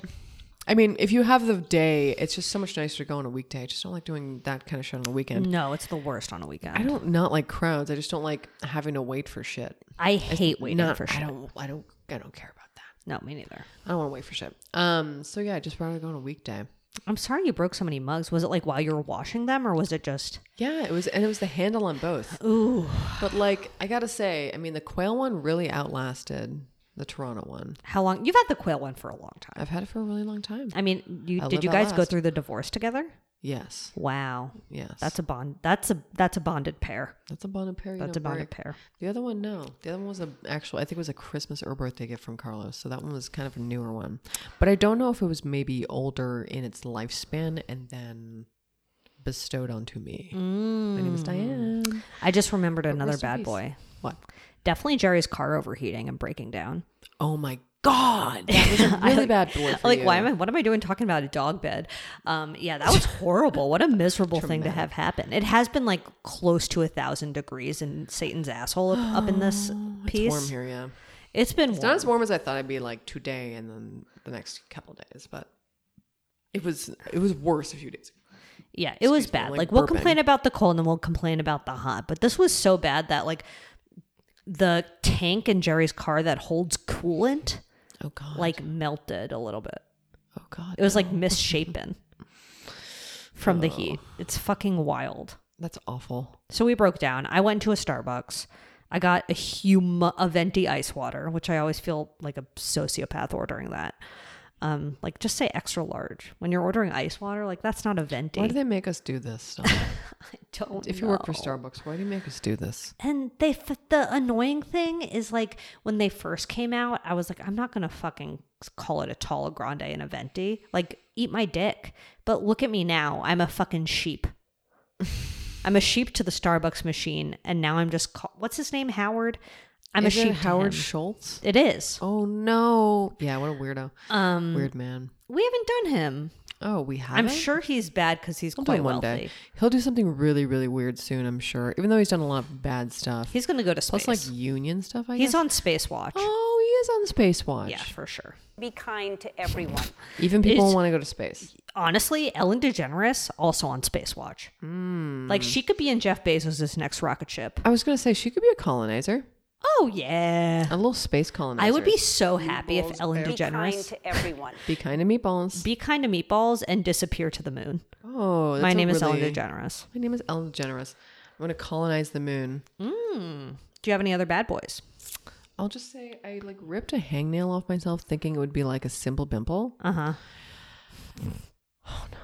Speaker 3: I mean, if you have the day, it's just so much nicer to go on a weekday. I just don't like doing that kind of shit on a weekend.
Speaker 2: No, it's the worst on a
Speaker 3: I
Speaker 2: weekend.
Speaker 3: don't not like crowds. I just don't like having to wait for shit.
Speaker 2: I, hate waiting
Speaker 3: Not,
Speaker 2: for shit.
Speaker 3: I don't. I don't. I don't care about that.
Speaker 2: No, me neither.
Speaker 3: I don't want to wait for shit. Um. So yeah, I just rather go on a weekday.
Speaker 2: I'm sorry you broke so many mugs. Was it like while you were washing them or was it just.
Speaker 3: Yeah, it was, and it was the handle on both.
Speaker 2: Ooh.
Speaker 3: But like, I gotta say, I mean, the quail one really outlasted the Toronto one.
Speaker 2: How long? You've had the quail one for a long time.
Speaker 3: I've had it for a really long time.
Speaker 2: I mean, you,
Speaker 3: I
Speaker 2: did
Speaker 3: live,
Speaker 2: you
Speaker 3: I
Speaker 2: guys go
Speaker 3: last.
Speaker 2: through the divorce together?
Speaker 3: Yes,
Speaker 2: Wow.
Speaker 3: yes.
Speaker 2: That's a bond. That's a that's a bonded pair.
Speaker 3: that's a bonded pair. you
Speaker 2: That's a
Speaker 3: don't
Speaker 2: bonded
Speaker 3: break.
Speaker 2: pair.
Speaker 3: The other one, no. The other one was a actual. I think it was a Christmas or birthday gift from Carlos. So that one was kind of a newer one. But I don't know if it was maybe older in its lifespan and then bestowed onto me. My
Speaker 2: Mm.
Speaker 3: name is Diane.
Speaker 2: I just remembered another
Speaker 3: rest in
Speaker 2: bad
Speaker 3: peace.
Speaker 2: boy.
Speaker 3: What?
Speaker 2: Definitely Jerry's car overheating and breaking down.
Speaker 3: Oh my god, that was a really bad boy. For
Speaker 2: like
Speaker 3: you.
Speaker 2: why am i what am i doing talking about a dog bed um yeah that was horrible what a miserable thing to have happen it has been like close to a thousand degrees in satan's asshole up, up in this piece
Speaker 3: It's warm here, yeah.
Speaker 2: it's been
Speaker 3: It's
Speaker 2: warm.
Speaker 3: not as warm as I thought it'd be like today and then the next couple days, but it was it was worse a few days. ago.
Speaker 2: yeah it was
Speaker 3: excuse me,
Speaker 2: bad
Speaker 3: I'm,
Speaker 2: like,
Speaker 3: like,
Speaker 2: we'll
Speaker 3: burping.
Speaker 2: complain about the cold and we'll complain about the hot but this was so bad that like the tank in jerry's car that holds coolant
Speaker 3: Oh god.
Speaker 2: like melted a little bit.
Speaker 3: oh god.
Speaker 2: It was like misshapen from the heat.
Speaker 3: Oh.
Speaker 2: It's fucking wild.
Speaker 3: That's awful.
Speaker 2: So we broke down. I went to a Starbucks. I got a huma a venti ice water, which I always feel like a sociopath ordering that. Um, like just say extra large when you're ordering ice water. Like that's not a venti.
Speaker 3: Why do they make us do this stuff?
Speaker 2: I don't
Speaker 3: if you work for
Speaker 2: know.
Speaker 3: Starbucks, why do you make us do this?
Speaker 2: And they f- the annoying thing is like when they first came out, I was like, I'm not gonna fucking call it a tall grande and a venti. Like, eat my dick. But look at me now. I'm a fucking sheep. I'm a sheep to the Starbucks machine, and now I'm just call- what's his name, Howard. I'm
Speaker 3: Is
Speaker 2: a
Speaker 3: it
Speaker 2: sheep. to
Speaker 3: Howard
Speaker 2: him.
Speaker 3: Schultz.
Speaker 2: it is.
Speaker 3: Oh no. Yeah, what a weirdo.
Speaker 2: Um,
Speaker 3: Weird man.
Speaker 2: we haven't done him.
Speaker 3: Oh, we have.
Speaker 2: I'm sure he's bad because he's
Speaker 3: He'll do
Speaker 2: quite
Speaker 3: it one
Speaker 2: wealthy.
Speaker 3: day. He'll do something really, really weird soon. I'm sure. Even though he's done a lot of bad stuff.
Speaker 2: He's gonna go to space.
Speaker 3: Plus, like union stuff. I
Speaker 2: he's
Speaker 3: guess.
Speaker 2: on space watch.
Speaker 3: Oh, he is on Space Watch.
Speaker 2: Yeah, for sure.
Speaker 4: Be kind to everyone.
Speaker 3: Even people
Speaker 2: It's-
Speaker 3: want to go to space.
Speaker 2: honestly, Ellen DeGeneres also on Space Watch. Like she could be in Jeff Bezos' next rocket ship.
Speaker 3: I was gonna say she could be a colonizer,
Speaker 2: Oh yeah.
Speaker 3: a little space colonizer.
Speaker 2: I would be so happy if Ellen
Speaker 4: Be kind
Speaker 2: DeGeneres
Speaker 4: to everyone.
Speaker 3: be kind to meatballs.
Speaker 2: be kind to meatballs and disappear to the moon.
Speaker 3: oh, that's
Speaker 2: My
Speaker 3: a
Speaker 2: name is Ellen
Speaker 3: really-
Speaker 2: DeGeneres.
Speaker 3: My name is Ellen DeGeneres. I'm gonna colonize the moon.
Speaker 2: Do you have any other bad boys?
Speaker 3: I'll just say I like ripped a hangnail off myself, thinking it would be like a simple pimple.
Speaker 2: Uh huh. Oh no.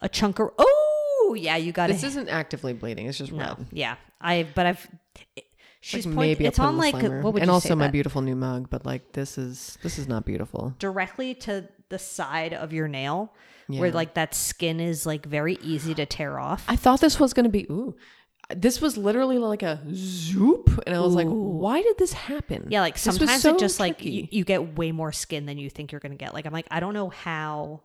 Speaker 2: A chunker. Oh yeah, you got
Speaker 3: This
Speaker 2: it.
Speaker 3: isn't actively bleeding; it's just
Speaker 2: No,
Speaker 3: red.
Speaker 2: yeah. I but I've. She's
Speaker 3: Like,
Speaker 2: point,
Speaker 3: maybe
Speaker 2: It's
Speaker 3: I'll put
Speaker 2: on
Speaker 3: in the
Speaker 2: like
Speaker 3: slimer.
Speaker 2: what would
Speaker 3: and
Speaker 2: you
Speaker 3: also
Speaker 2: say
Speaker 3: my
Speaker 2: that?
Speaker 3: beautiful new mug, but like this is this is not beautiful.
Speaker 2: directly to the side of your nail where
Speaker 3: Yeah.
Speaker 2: like that skin is like very easy to tear off.
Speaker 3: I thought this was gonna be ooh. This was literally like a zoop, and I was like, "Why did this happen?"
Speaker 2: yeah, like
Speaker 3: This was
Speaker 2: sometimes
Speaker 3: so
Speaker 2: it just like you,
Speaker 3: tricky.
Speaker 2: you get way more skin than you think you're going to get. Like I'm like I don't know how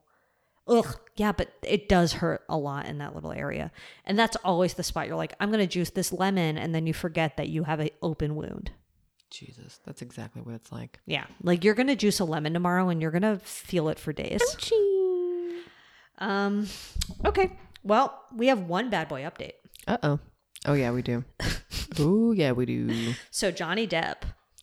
Speaker 2: Ugh, yeah, but it does hurt a lot in that little area. And that's always the spot you're like I'm going to juice this lemon and then you forget that you have an open wound.
Speaker 3: Jesus, that's exactly what it's like.
Speaker 2: Yeah. Like you're going to juice a lemon tomorrow and you're going to feel it for days. Um okay. Well, we have one bad boy update.
Speaker 3: Uh oh. Oh yeah, we do. oh yeah, we do.
Speaker 2: So Johnny Depp,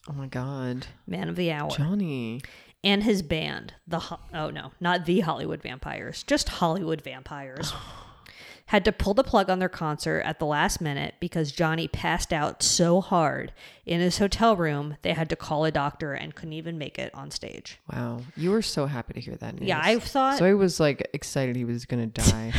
Speaker 3: Oh my god,
Speaker 2: man of the hour.
Speaker 3: Johnny.
Speaker 2: and his band, the Ho- oh no, not the Hollywood Vampires, just Hollywood Vampires, had to pull the plug on their concert at the last minute because Johnny passed out so hard in his hotel room they had to call a doctor and couldn't even make it on stage.
Speaker 3: Wow, you were so happy to hear that news.
Speaker 2: Yeah, I thought
Speaker 3: So I was like excited he was gonna die.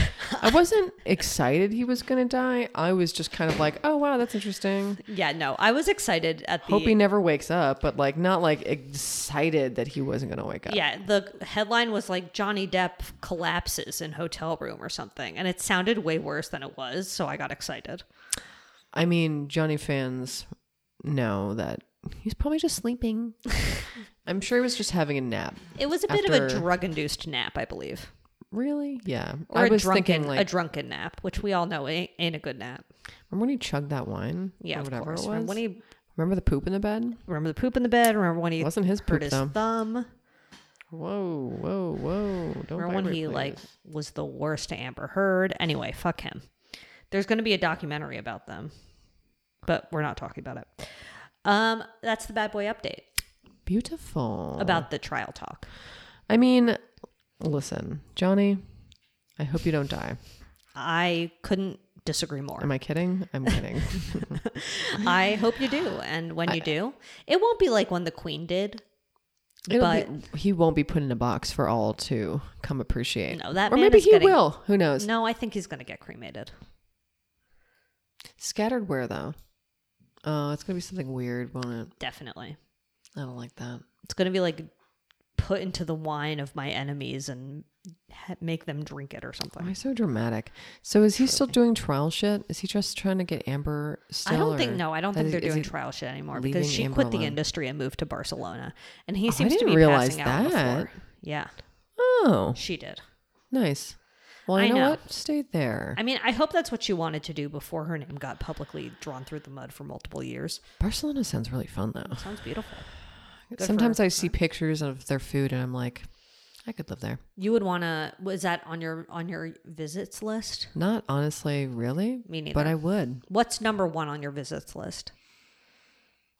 Speaker 3: I wasn't excited he was gonna die. I was just kind of like, oh wow, that's interesting.
Speaker 2: yeah, no, I was excited at the
Speaker 3: Hope he never wakes up, but like not like excited that he wasn't gonna wake up.
Speaker 2: yeah, the headline was like Johnny Depp collapses in hotel room or something, and it sounded way worse than it was, so I got excited.
Speaker 3: I mean, Johnny fans know that he's probably just sleeping. I'm sure he was just having a nap.
Speaker 2: It was a bit of
Speaker 3: After-
Speaker 2: a drug-induced nap, I believe.
Speaker 3: Really? Yeah.
Speaker 2: or
Speaker 3: I
Speaker 2: a
Speaker 3: was
Speaker 2: drunken
Speaker 3: thinking like
Speaker 2: a drunken nap, which we all know ain't, ain't a good nap.
Speaker 3: Remember when he chugged that wine?
Speaker 2: Yeah,
Speaker 3: or
Speaker 2: of
Speaker 3: whatever
Speaker 2: course.
Speaker 3: it was.
Speaker 2: Remember when he
Speaker 3: Remember the poop in the bed?
Speaker 2: remember the poop in the bed. Remember when he
Speaker 3: It wasn't his
Speaker 2: hurt
Speaker 3: poop
Speaker 2: his
Speaker 3: though.
Speaker 2: thumb.
Speaker 3: Whoa, whoa, whoa! Don't
Speaker 2: Remember when
Speaker 3: vibrate,
Speaker 2: he like
Speaker 3: please.
Speaker 2: was the worst to Amber Heard. Anyway, fuck him. There's going to be a documentary about them, but we're not talking about it. Um, that's the bad boy update
Speaker 3: beautiful
Speaker 2: about the trial talk.
Speaker 3: I mean, listen, Johnny. I hope you don't die.
Speaker 2: I couldn't disagree more.
Speaker 3: Am I kidding? I'm kidding.
Speaker 2: I hope you do, and when you do, it won't be like when the Queen did.
Speaker 3: It'll be- he won't be put in a box for all to come appreciate.
Speaker 2: No, that
Speaker 3: or
Speaker 2: man
Speaker 3: maybe
Speaker 2: is
Speaker 3: he
Speaker 2: getting-
Speaker 3: will. Who knows?
Speaker 2: No, I think he's going to get cremated.
Speaker 3: Scattered where though? Oh, it's gonna be something weird, won't it?
Speaker 2: Definitely.
Speaker 3: I don't like that.
Speaker 2: It's going to be like put into the wine of my enemies and ha- make them drink it or
Speaker 3: Why
Speaker 2: something.
Speaker 3: so dramatic? So is he still doing trial shit? Is he just trying to get Amber? Still,
Speaker 2: I don't think
Speaker 3: or-
Speaker 2: no, I don't
Speaker 3: that
Speaker 2: think
Speaker 3: is-
Speaker 2: they're
Speaker 3: is
Speaker 2: doing
Speaker 3: he-
Speaker 2: trial shit anymore because
Speaker 3: leaving
Speaker 2: she
Speaker 3: Amber
Speaker 2: quit the
Speaker 3: alone? Oh,
Speaker 2: industry and moved to Barcelona, and he
Speaker 3: I
Speaker 2: seems to
Speaker 3: didn't
Speaker 2: be
Speaker 3: realize
Speaker 2: passing out on the
Speaker 3: that.
Speaker 2: floor. Yeah,
Speaker 3: Oh,
Speaker 2: she did.
Speaker 3: nice. Well,
Speaker 2: I
Speaker 3: you know,
Speaker 2: know.
Speaker 3: what? Stay there.
Speaker 2: I mean, I hope that's what she wanted to do before her name got publicly drawn through the mud for multiple years.
Speaker 3: Barcelona sounds really fun though.
Speaker 2: Sounds beautiful. for
Speaker 3: Sometimes
Speaker 2: her.
Speaker 3: I see pictures of their food and I'm like, I could live there.
Speaker 2: You would want to. Was that on your on your visits list?
Speaker 3: Not honestly, really.
Speaker 2: Me neither.
Speaker 3: But I would.
Speaker 2: What's number one on your visits list?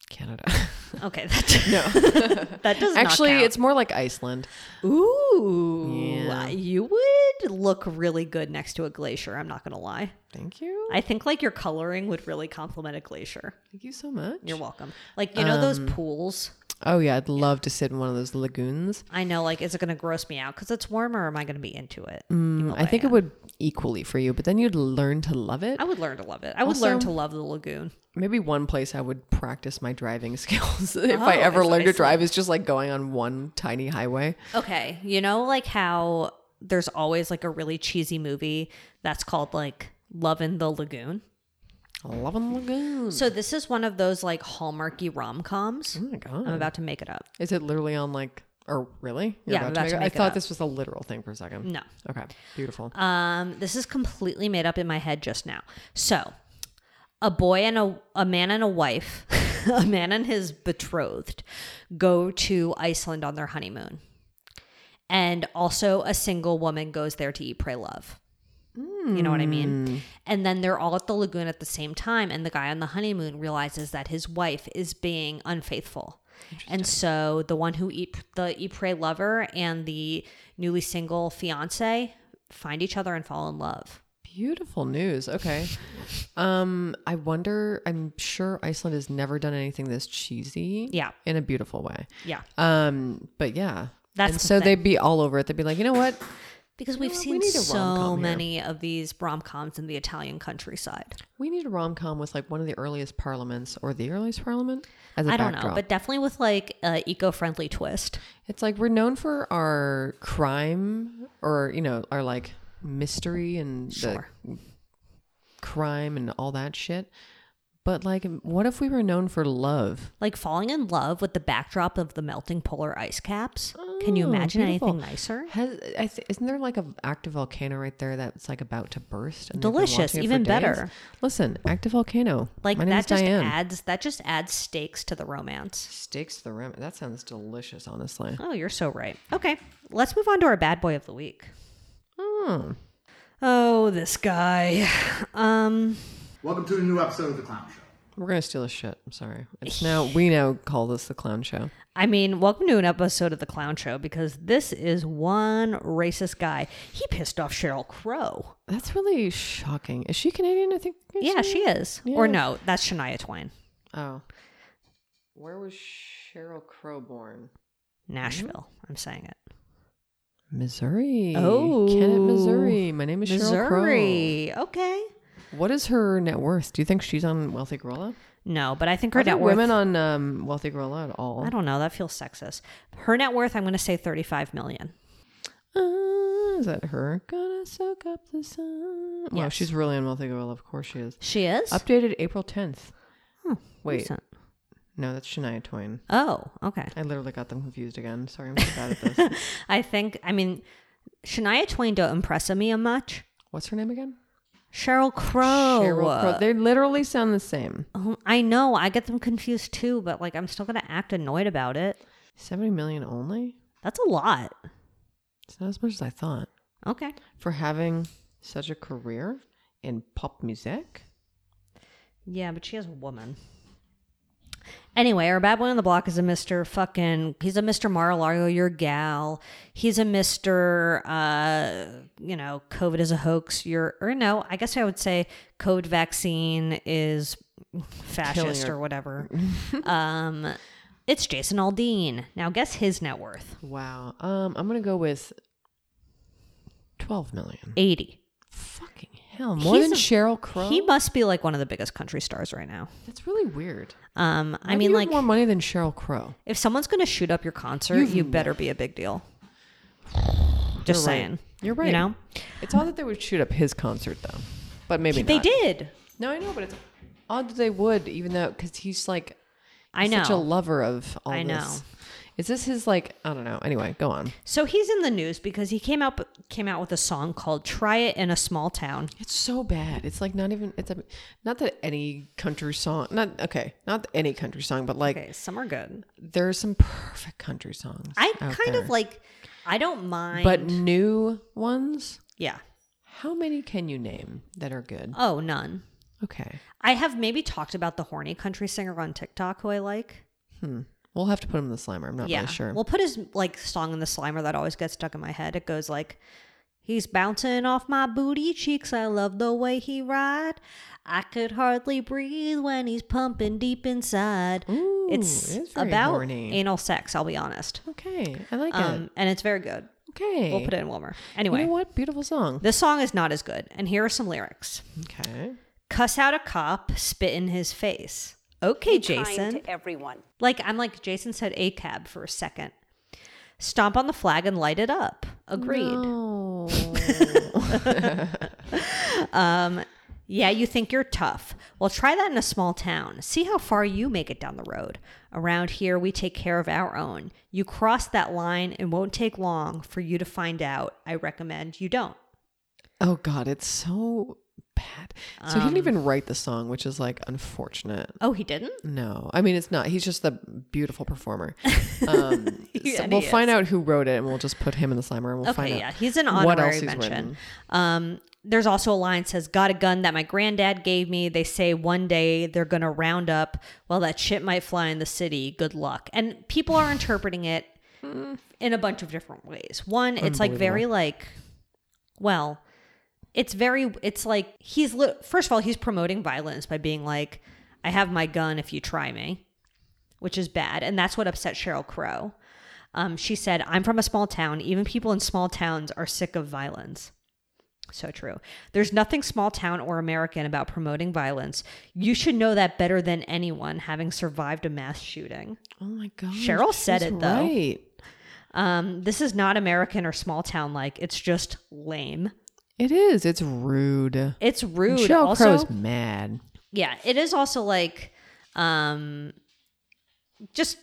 Speaker 3: Canada.
Speaker 2: Okay, that that does not
Speaker 3: Actually,
Speaker 2: count.
Speaker 3: it's more like Iceland.
Speaker 2: ooh,
Speaker 3: Yeah.
Speaker 2: you would look really good next to a glacier. I'm not gonna lie.
Speaker 3: Thank you.
Speaker 2: I think like your coloring would really complement a glacier.
Speaker 3: Thank you so much.
Speaker 2: You're welcome. Like you know those pools.
Speaker 3: oh yeah, I'd love to sit in one of those lagoons.
Speaker 2: I know. Like, is it gonna gross me out because it's warmer? Or am I gonna be into it?
Speaker 3: Mm, I think it would equally for you, but then you'd learn to love it.
Speaker 2: I would learn to love it. I would learn
Speaker 3: Also-
Speaker 2: to love the lagoon.
Speaker 3: Maybe one place I would practice my driving skills if I ever
Speaker 2: is
Speaker 3: learn to
Speaker 2: Iceland.
Speaker 3: drive is just like going on one tiny highway.
Speaker 2: Okay, you know like how there's always like a really cheesy movie that's called like Love in the Lagoon.
Speaker 3: Loving lagoons.
Speaker 2: So this is one of those like hallmarky rom coms.
Speaker 3: Oh my god.
Speaker 2: I'm about to make it up.
Speaker 3: Is it literally on like or really? You're
Speaker 2: Yeah, I'm about to
Speaker 3: it- I
Speaker 2: make it
Speaker 3: thought
Speaker 2: up.
Speaker 3: this was a literal thing for a second.
Speaker 2: No.
Speaker 3: Okay. Beautiful.
Speaker 2: Um, this is completely made up in my head just now. So, a boy and a a man and a wife, a man and his betrothed, go to Iceland on their honeymoon, and also a single woman goes there to eat, pray, love. You know what I
Speaker 3: Mm.
Speaker 2: mean? And then they're all at the lagoon at the same time, and the guy on the honeymoon realizes that his wife is being unfaithful. And so the one who eat the eat pray lover and the newly single fiance find each other and fall in love.
Speaker 3: Beautiful news. Okay. Um, I wonder. I'm sure Iceland has never done anything this cheesy.
Speaker 2: Yeah.
Speaker 3: In a beautiful way.
Speaker 2: Yeah,
Speaker 3: Um, but yeah.
Speaker 2: That's
Speaker 3: and
Speaker 2: the
Speaker 3: so
Speaker 2: thing.
Speaker 3: they'd be all over it. They'd be like, you know what?
Speaker 2: because we've
Speaker 3: know what? We
Speaker 2: seen
Speaker 3: need a
Speaker 2: so
Speaker 3: rom-com here.
Speaker 2: many of these rom coms in the Italian countryside.
Speaker 3: We need a rom com with like one of the earliest parliaments or the earliest parliament as a
Speaker 2: I don't
Speaker 3: backdrop.
Speaker 2: know, but definitely with like a eco friendly twist.
Speaker 3: It's like we're known for our crime or, you know, our like mystery and
Speaker 2: Sure.
Speaker 3: the crime and all that shit. But like, what if we were known for love?
Speaker 2: Like falling in love with the backdrop of the melting polar ice caps. Can you
Speaker 3: Oh,
Speaker 2: imagine
Speaker 3: beautiful.
Speaker 2: anything nicer?
Speaker 3: Has, I th- isn't there like an active volcano right there that's like about to burst? And they've been
Speaker 2: Delicious,
Speaker 3: watching it for
Speaker 2: even
Speaker 3: days?
Speaker 2: better.
Speaker 3: Listen, active volcano.
Speaker 2: Like
Speaker 3: My name is
Speaker 2: that just
Speaker 3: Diane.
Speaker 2: adds that just adds stakes to the romance.
Speaker 3: Steaks to the rim. That sounds delicious, honestly.
Speaker 2: Oh, you're so right. Okay, let's move on to our bad boy of the week.
Speaker 3: Hmm.
Speaker 2: Oh, this guy. Um,
Speaker 5: Welcome to a new episode of The Clown Show.
Speaker 3: We're gonna steal his shit. I'm sorry. It's now we now call this the clown show.
Speaker 2: I mean, welcome to an episode of The Clown Show because this is one racist guy. He pissed off Cheryl Crow.
Speaker 3: That's really shocking. Is she Canadian? I think. is
Speaker 2: Yeah, she is. Or
Speaker 3: Yeah.
Speaker 2: no, that's Shania Twain,
Speaker 3: Oh. Where was Cheryl Crow born?
Speaker 2: Nashville. I'm saying it.
Speaker 3: Missouri.
Speaker 2: Oh.
Speaker 3: Kennett, Missouri. My name is Cheryl
Speaker 2: Missouri. Okay.
Speaker 3: Crow. What is her net worth? Do you think she's on Wealthy Gorilla?
Speaker 2: No, but I think her
Speaker 3: Are there
Speaker 2: net worth.
Speaker 3: women on um, Wealthy Gorilla at all?
Speaker 2: I don't know. That feels sexist. Her net worth, I'm going to say 35 million.
Speaker 3: Uh, is that her? Gonna soak up the sun. Wow,
Speaker 2: Yes.
Speaker 3: she's really on Wealthy Gorilla. Of course she is.
Speaker 2: She is?
Speaker 3: Updated April 10th.
Speaker 2: Oh,
Speaker 3: Wait.
Speaker 2: recent.
Speaker 3: No, that's Shania Twain.
Speaker 2: Oh, okay.
Speaker 3: I literally got them confused again. Sorry, I'm so bad at this.
Speaker 2: I think, I mean, Shania Twain don't impress me much.
Speaker 3: What's her name again?
Speaker 2: Cheryl Crow.
Speaker 3: Cheryl Crow. They literally sound the same.
Speaker 2: Oh, I know. I get them confused too, but like I'm still going to act annoyed about it.
Speaker 3: 70 million only?
Speaker 2: That's a lot.
Speaker 3: It's not as much as I thought.
Speaker 2: Okay.
Speaker 3: For having such a career in pop music?
Speaker 2: Yeah, but she is a woman. Anyway, our bad boy on the block is a Mr. fucking. He's a Mr. Mar-a-Lago, your gal. He's a Mr. Uh, you know, COVID is a hoax. You're, or no, I guess I would say COVID vaccine is fascist
Speaker 3: her.
Speaker 2: or whatever. um, it's Jason Aldean. Now, guess his net worth
Speaker 3: Wow. Um, I'm going to go with 12 million.
Speaker 2: 80.
Speaker 3: Fucking hell. More
Speaker 2: He's
Speaker 3: than
Speaker 2: a-
Speaker 3: Cheryl Crow?
Speaker 2: He must be like one of the biggest country stars right now.
Speaker 3: That's really weird.
Speaker 2: Um, I
Speaker 3: Why do
Speaker 2: mean,
Speaker 3: you have
Speaker 2: like,
Speaker 3: more money than Cheryl Crow.
Speaker 2: if someone's going to shoot up your concert,
Speaker 3: You've-
Speaker 2: you better be a big deal. Just
Speaker 3: You're right.
Speaker 2: saying.
Speaker 3: You're right.
Speaker 2: You know,
Speaker 3: It's odd that they would shoot up his concert, though. But maybe
Speaker 2: they
Speaker 3: not.
Speaker 2: did.
Speaker 3: No, I know, but it's odd that they would, even though, because he's like
Speaker 2: I know.
Speaker 3: such a lover of all
Speaker 2: I
Speaker 3: this.
Speaker 2: know.
Speaker 3: Is this his like I don't know. Anyway, go on.
Speaker 2: so he's in the news because he came out came out with a song called "Try It in a Small Town."
Speaker 3: It's so bad. It's like not even it's a not that any country song not okay, not any country song, but like
Speaker 2: Okay, some are good.
Speaker 3: there are some perfect country songs.
Speaker 2: I
Speaker 3: out
Speaker 2: kind
Speaker 3: there.
Speaker 2: of like. I don't mind.
Speaker 3: But new ones,
Speaker 2: yeah.
Speaker 3: how many can you name that are good?
Speaker 2: Oh, none.
Speaker 3: Okay.
Speaker 2: I have maybe talked about the horny country singer on TikTok who I like.
Speaker 3: We'll have to put him in the slimer. I'm not
Speaker 2: yeah.
Speaker 3: really sure.
Speaker 2: We'll put his like song in the slimer that always gets stuck in my head. It goes like He's bouncing off my booty cheeks. I love the way he ride. I could hardly breathe when he's pumping deep inside.
Speaker 3: Ooh,
Speaker 2: it's
Speaker 3: it is very
Speaker 2: about
Speaker 3: horny.
Speaker 2: anal sex, I'll be honest.
Speaker 3: okay, I like
Speaker 2: Um,
Speaker 3: it.
Speaker 2: and it's very good.
Speaker 3: Okay,
Speaker 2: We'll put it in Wilmer.
Speaker 3: You
Speaker 2: Anyway,
Speaker 3: know what? Beautiful song.
Speaker 2: this song is not as good. And here are some lyrics
Speaker 3: Okay.
Speaker 2: Cuss out a cop, spit in his face. Okay, Jason.
Speaker 4: Kind to everyone.
Speaker 2: Like I'm like Jason said a cab for a second. Stomp on the flag and light it up. Agreed.
Speaker 3: No.
Speaker 2: Yeah, you think you're tough. Well, try that in a small town. See how far you make it down the road. Around here, we take care of our own. You cross that line, it won't take long for you to find out. I recommend you don't.
Speaker 3: oh God, it's so bad. So
Speaker 2: Um,
Speaker 3: he didn't even write the song, which is like unfortunate.
Speaker 2: Oh, he didn't?
Speaker 3: No, I mean it's not. He's just the beautiful performer. Um,
Speaker 2: Yeah,
Speaker 3: so
Speaker 2: and
Speaker 3: we'll
Speaker 2: he
Speaker 3: find out who wrote it, and we'll just put him in the slimer, and we'll find
Speaker 2: Okay, yeah,
Speaker 3: out.
Speaker 2: he's an
Speaker 3: what else
Speaker 2: honorary
Speaker 3: he's
Speaker 2: mention.
Speaker 3: written.
Speaker 2: Um, there's also a line says, "Got a gun that my granddad gave me." They say one day they're gonna round up. Well, that shit might fly in the city. Good luck. And people are interpreting it
Speaker 3: Hmm.
Speaker 2: in a bunch of different ways. One, it's like very like, well, it's very it's like he's li- first of all he's promoting violence by being like, "I have my gun if you try me," which is bad, and that's what upset Cheryl Crow. Um, she said, I'm from a small town. Even people in small towns are sick of violence. So true. There's nothing small town or American about promoting violence. You should know that better than anyone, having survived a mass shooting.
Speaker 3: Oh my God,
Speaker 2: Cheryl said it, though.
Speaker 3: Right.
Speaker 2: Um, this is not American or small town like. It's just lame.
Speaker 3: It is. It's rude.
Speaker 2: It's rude.
Speaker 3: Cheryl
Speaker 2: also,
Speaker 3: Crow is mad.
Speaker 2: yeah, it is also like, um, just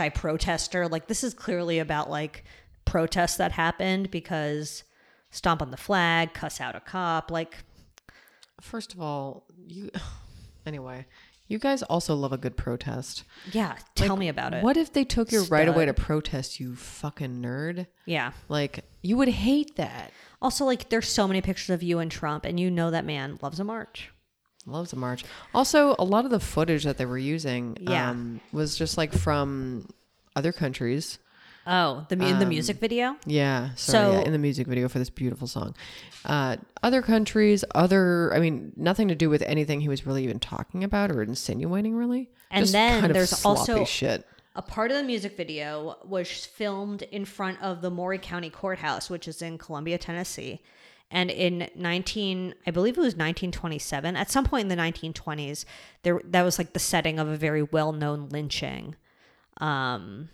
Speaker 2: anti-protester. Like this is clearly about like protests that happened because stomp on the flag, cuss out a cop, like
Speaker 3: First of all, you. Anyway, you guys also love a good protest.
Speaker 2: Yeah, tell me about it.
Speaker 3: What if they took your right away to
Speaker 2: Stud.
Speaker 3: protest? You fucking nerd.
Speaker 2: Yeah.
Speaker 3: Like you would hate that.
Speaker 2: Also, like, there's so many pictures of you and Trump, and you know that man loves a march.
Speaker 3: Loves a march. Also, a lot of the footage that they were using
Speaker 2: Yeah.
Speaker 3: um, was just like from other countries.
Speaker 2: Oh, the mu- the music video.
Speaker 3: Yeah. Sorry, yeah,
Speaker 2: So-
Speaker 3: in the music video for this beautiful song. Uh, other countries, other, I mean, nothing to do with anything he was really even talking about or insinuating really.
Speaker 2: And
Speaker 3: Just
Speaker 2: then
Speaker 3: kind of
Speaker 2: there's
Speaker 3: sloppy
Speaker 2: also-
Speaker 3: shit.
Speaker 2: A part of the music video was filmed in front of the Maury County Courthouse, which is in Columbia, Tennessee. And in 19, I believe it was 1927, at some point in the 1920s, there that was like the setting of a very well-known lynching. Um,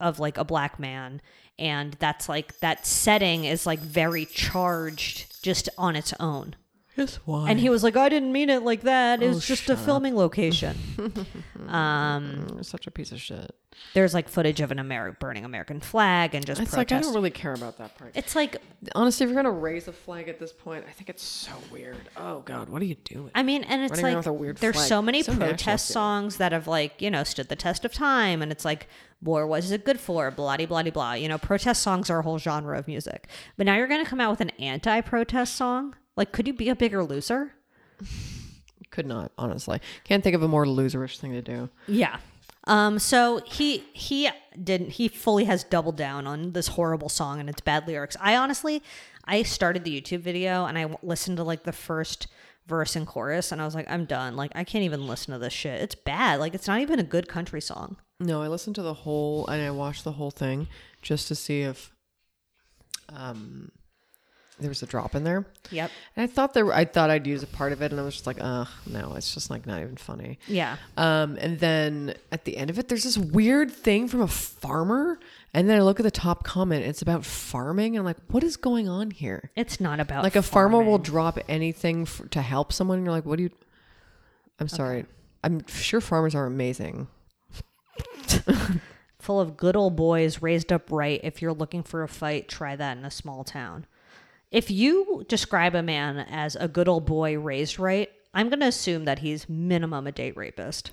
Speaker 2: of like a black man and that's like that setting is like very charged just on its own
Speaker 3: Just why?
Speaker 2: and he was like i didn't mean it like that it was
Speaker 3: Oh,
Speaker 2: just a
Speaker 3: shut up.
Speaker 2: filming location um
Speaker 3: such a piece of shit.
Speaker 2: there's like footage of an Ameri- burning american flag and just
Speaker 3: It's
Speaker 2: protest.
Speaker 3: like, I don't really care about that part.
Speaker 2: it's like
Speaker 3: Honestly, if you're going to raise a flag at this point, I think it's so weird. Oh, God, what are you doing?
Speaker 2: i mean and it's
Speaker 3: Running around
Speaker 2: like
Speaker 3: with a weird
Speaker 2: there's
Speaker 3: flag.
Speaker 2: so many
Speaker 3: So national
Speaker 2: protest
Speaker 3: shit.
Speaker 2: songs that have like you know stood the test of time and it's like war was it good for blah de blah de blah you know protest songs are a whole genre of music but now you're gonna come out with an anti-protest song like could you be a bigger loser
Speaker 3: Could not, honestly. Can't think of a more loserish thing to do.
Speaker 2: Yeah. Um, so he he didn't he fully has doubled down on this horrible song and its bad lyrics. I honestly I started the YouTube video and I w- listened to like the first verse and chorus and I was like I'm done. Like I can't even listen to this shit. It's bad. Like it's not even a good country song.
Speaker 3: No, I listened to the whole and I watched the whole thing just to see if um there was a drop in there.
Speaker 2: Yep.
Speaker 3: And I thought there I thought I'd use a part of it and I was just like, "Ugh, no, it's just like not even funny."
Speaker 2: Yeah.
Speaker 3: Um and then at the end of it there's this weird thing from a farmer and then I look at the top comment, it's about farming and I'm like, "What is going on here?"
Speaker 2: It's not about
Speaker 3: Like a farmer will drop anything f to help someone and you're like, "What do you I'm sorry. I'm sure farmers are amazing.
Speaker 2: full of good old boys raised up right. If you're looking for a fight, try that in a small town. If you describe a man as a good old boy raised right, I'm going to assume that he's minimum a date rapist.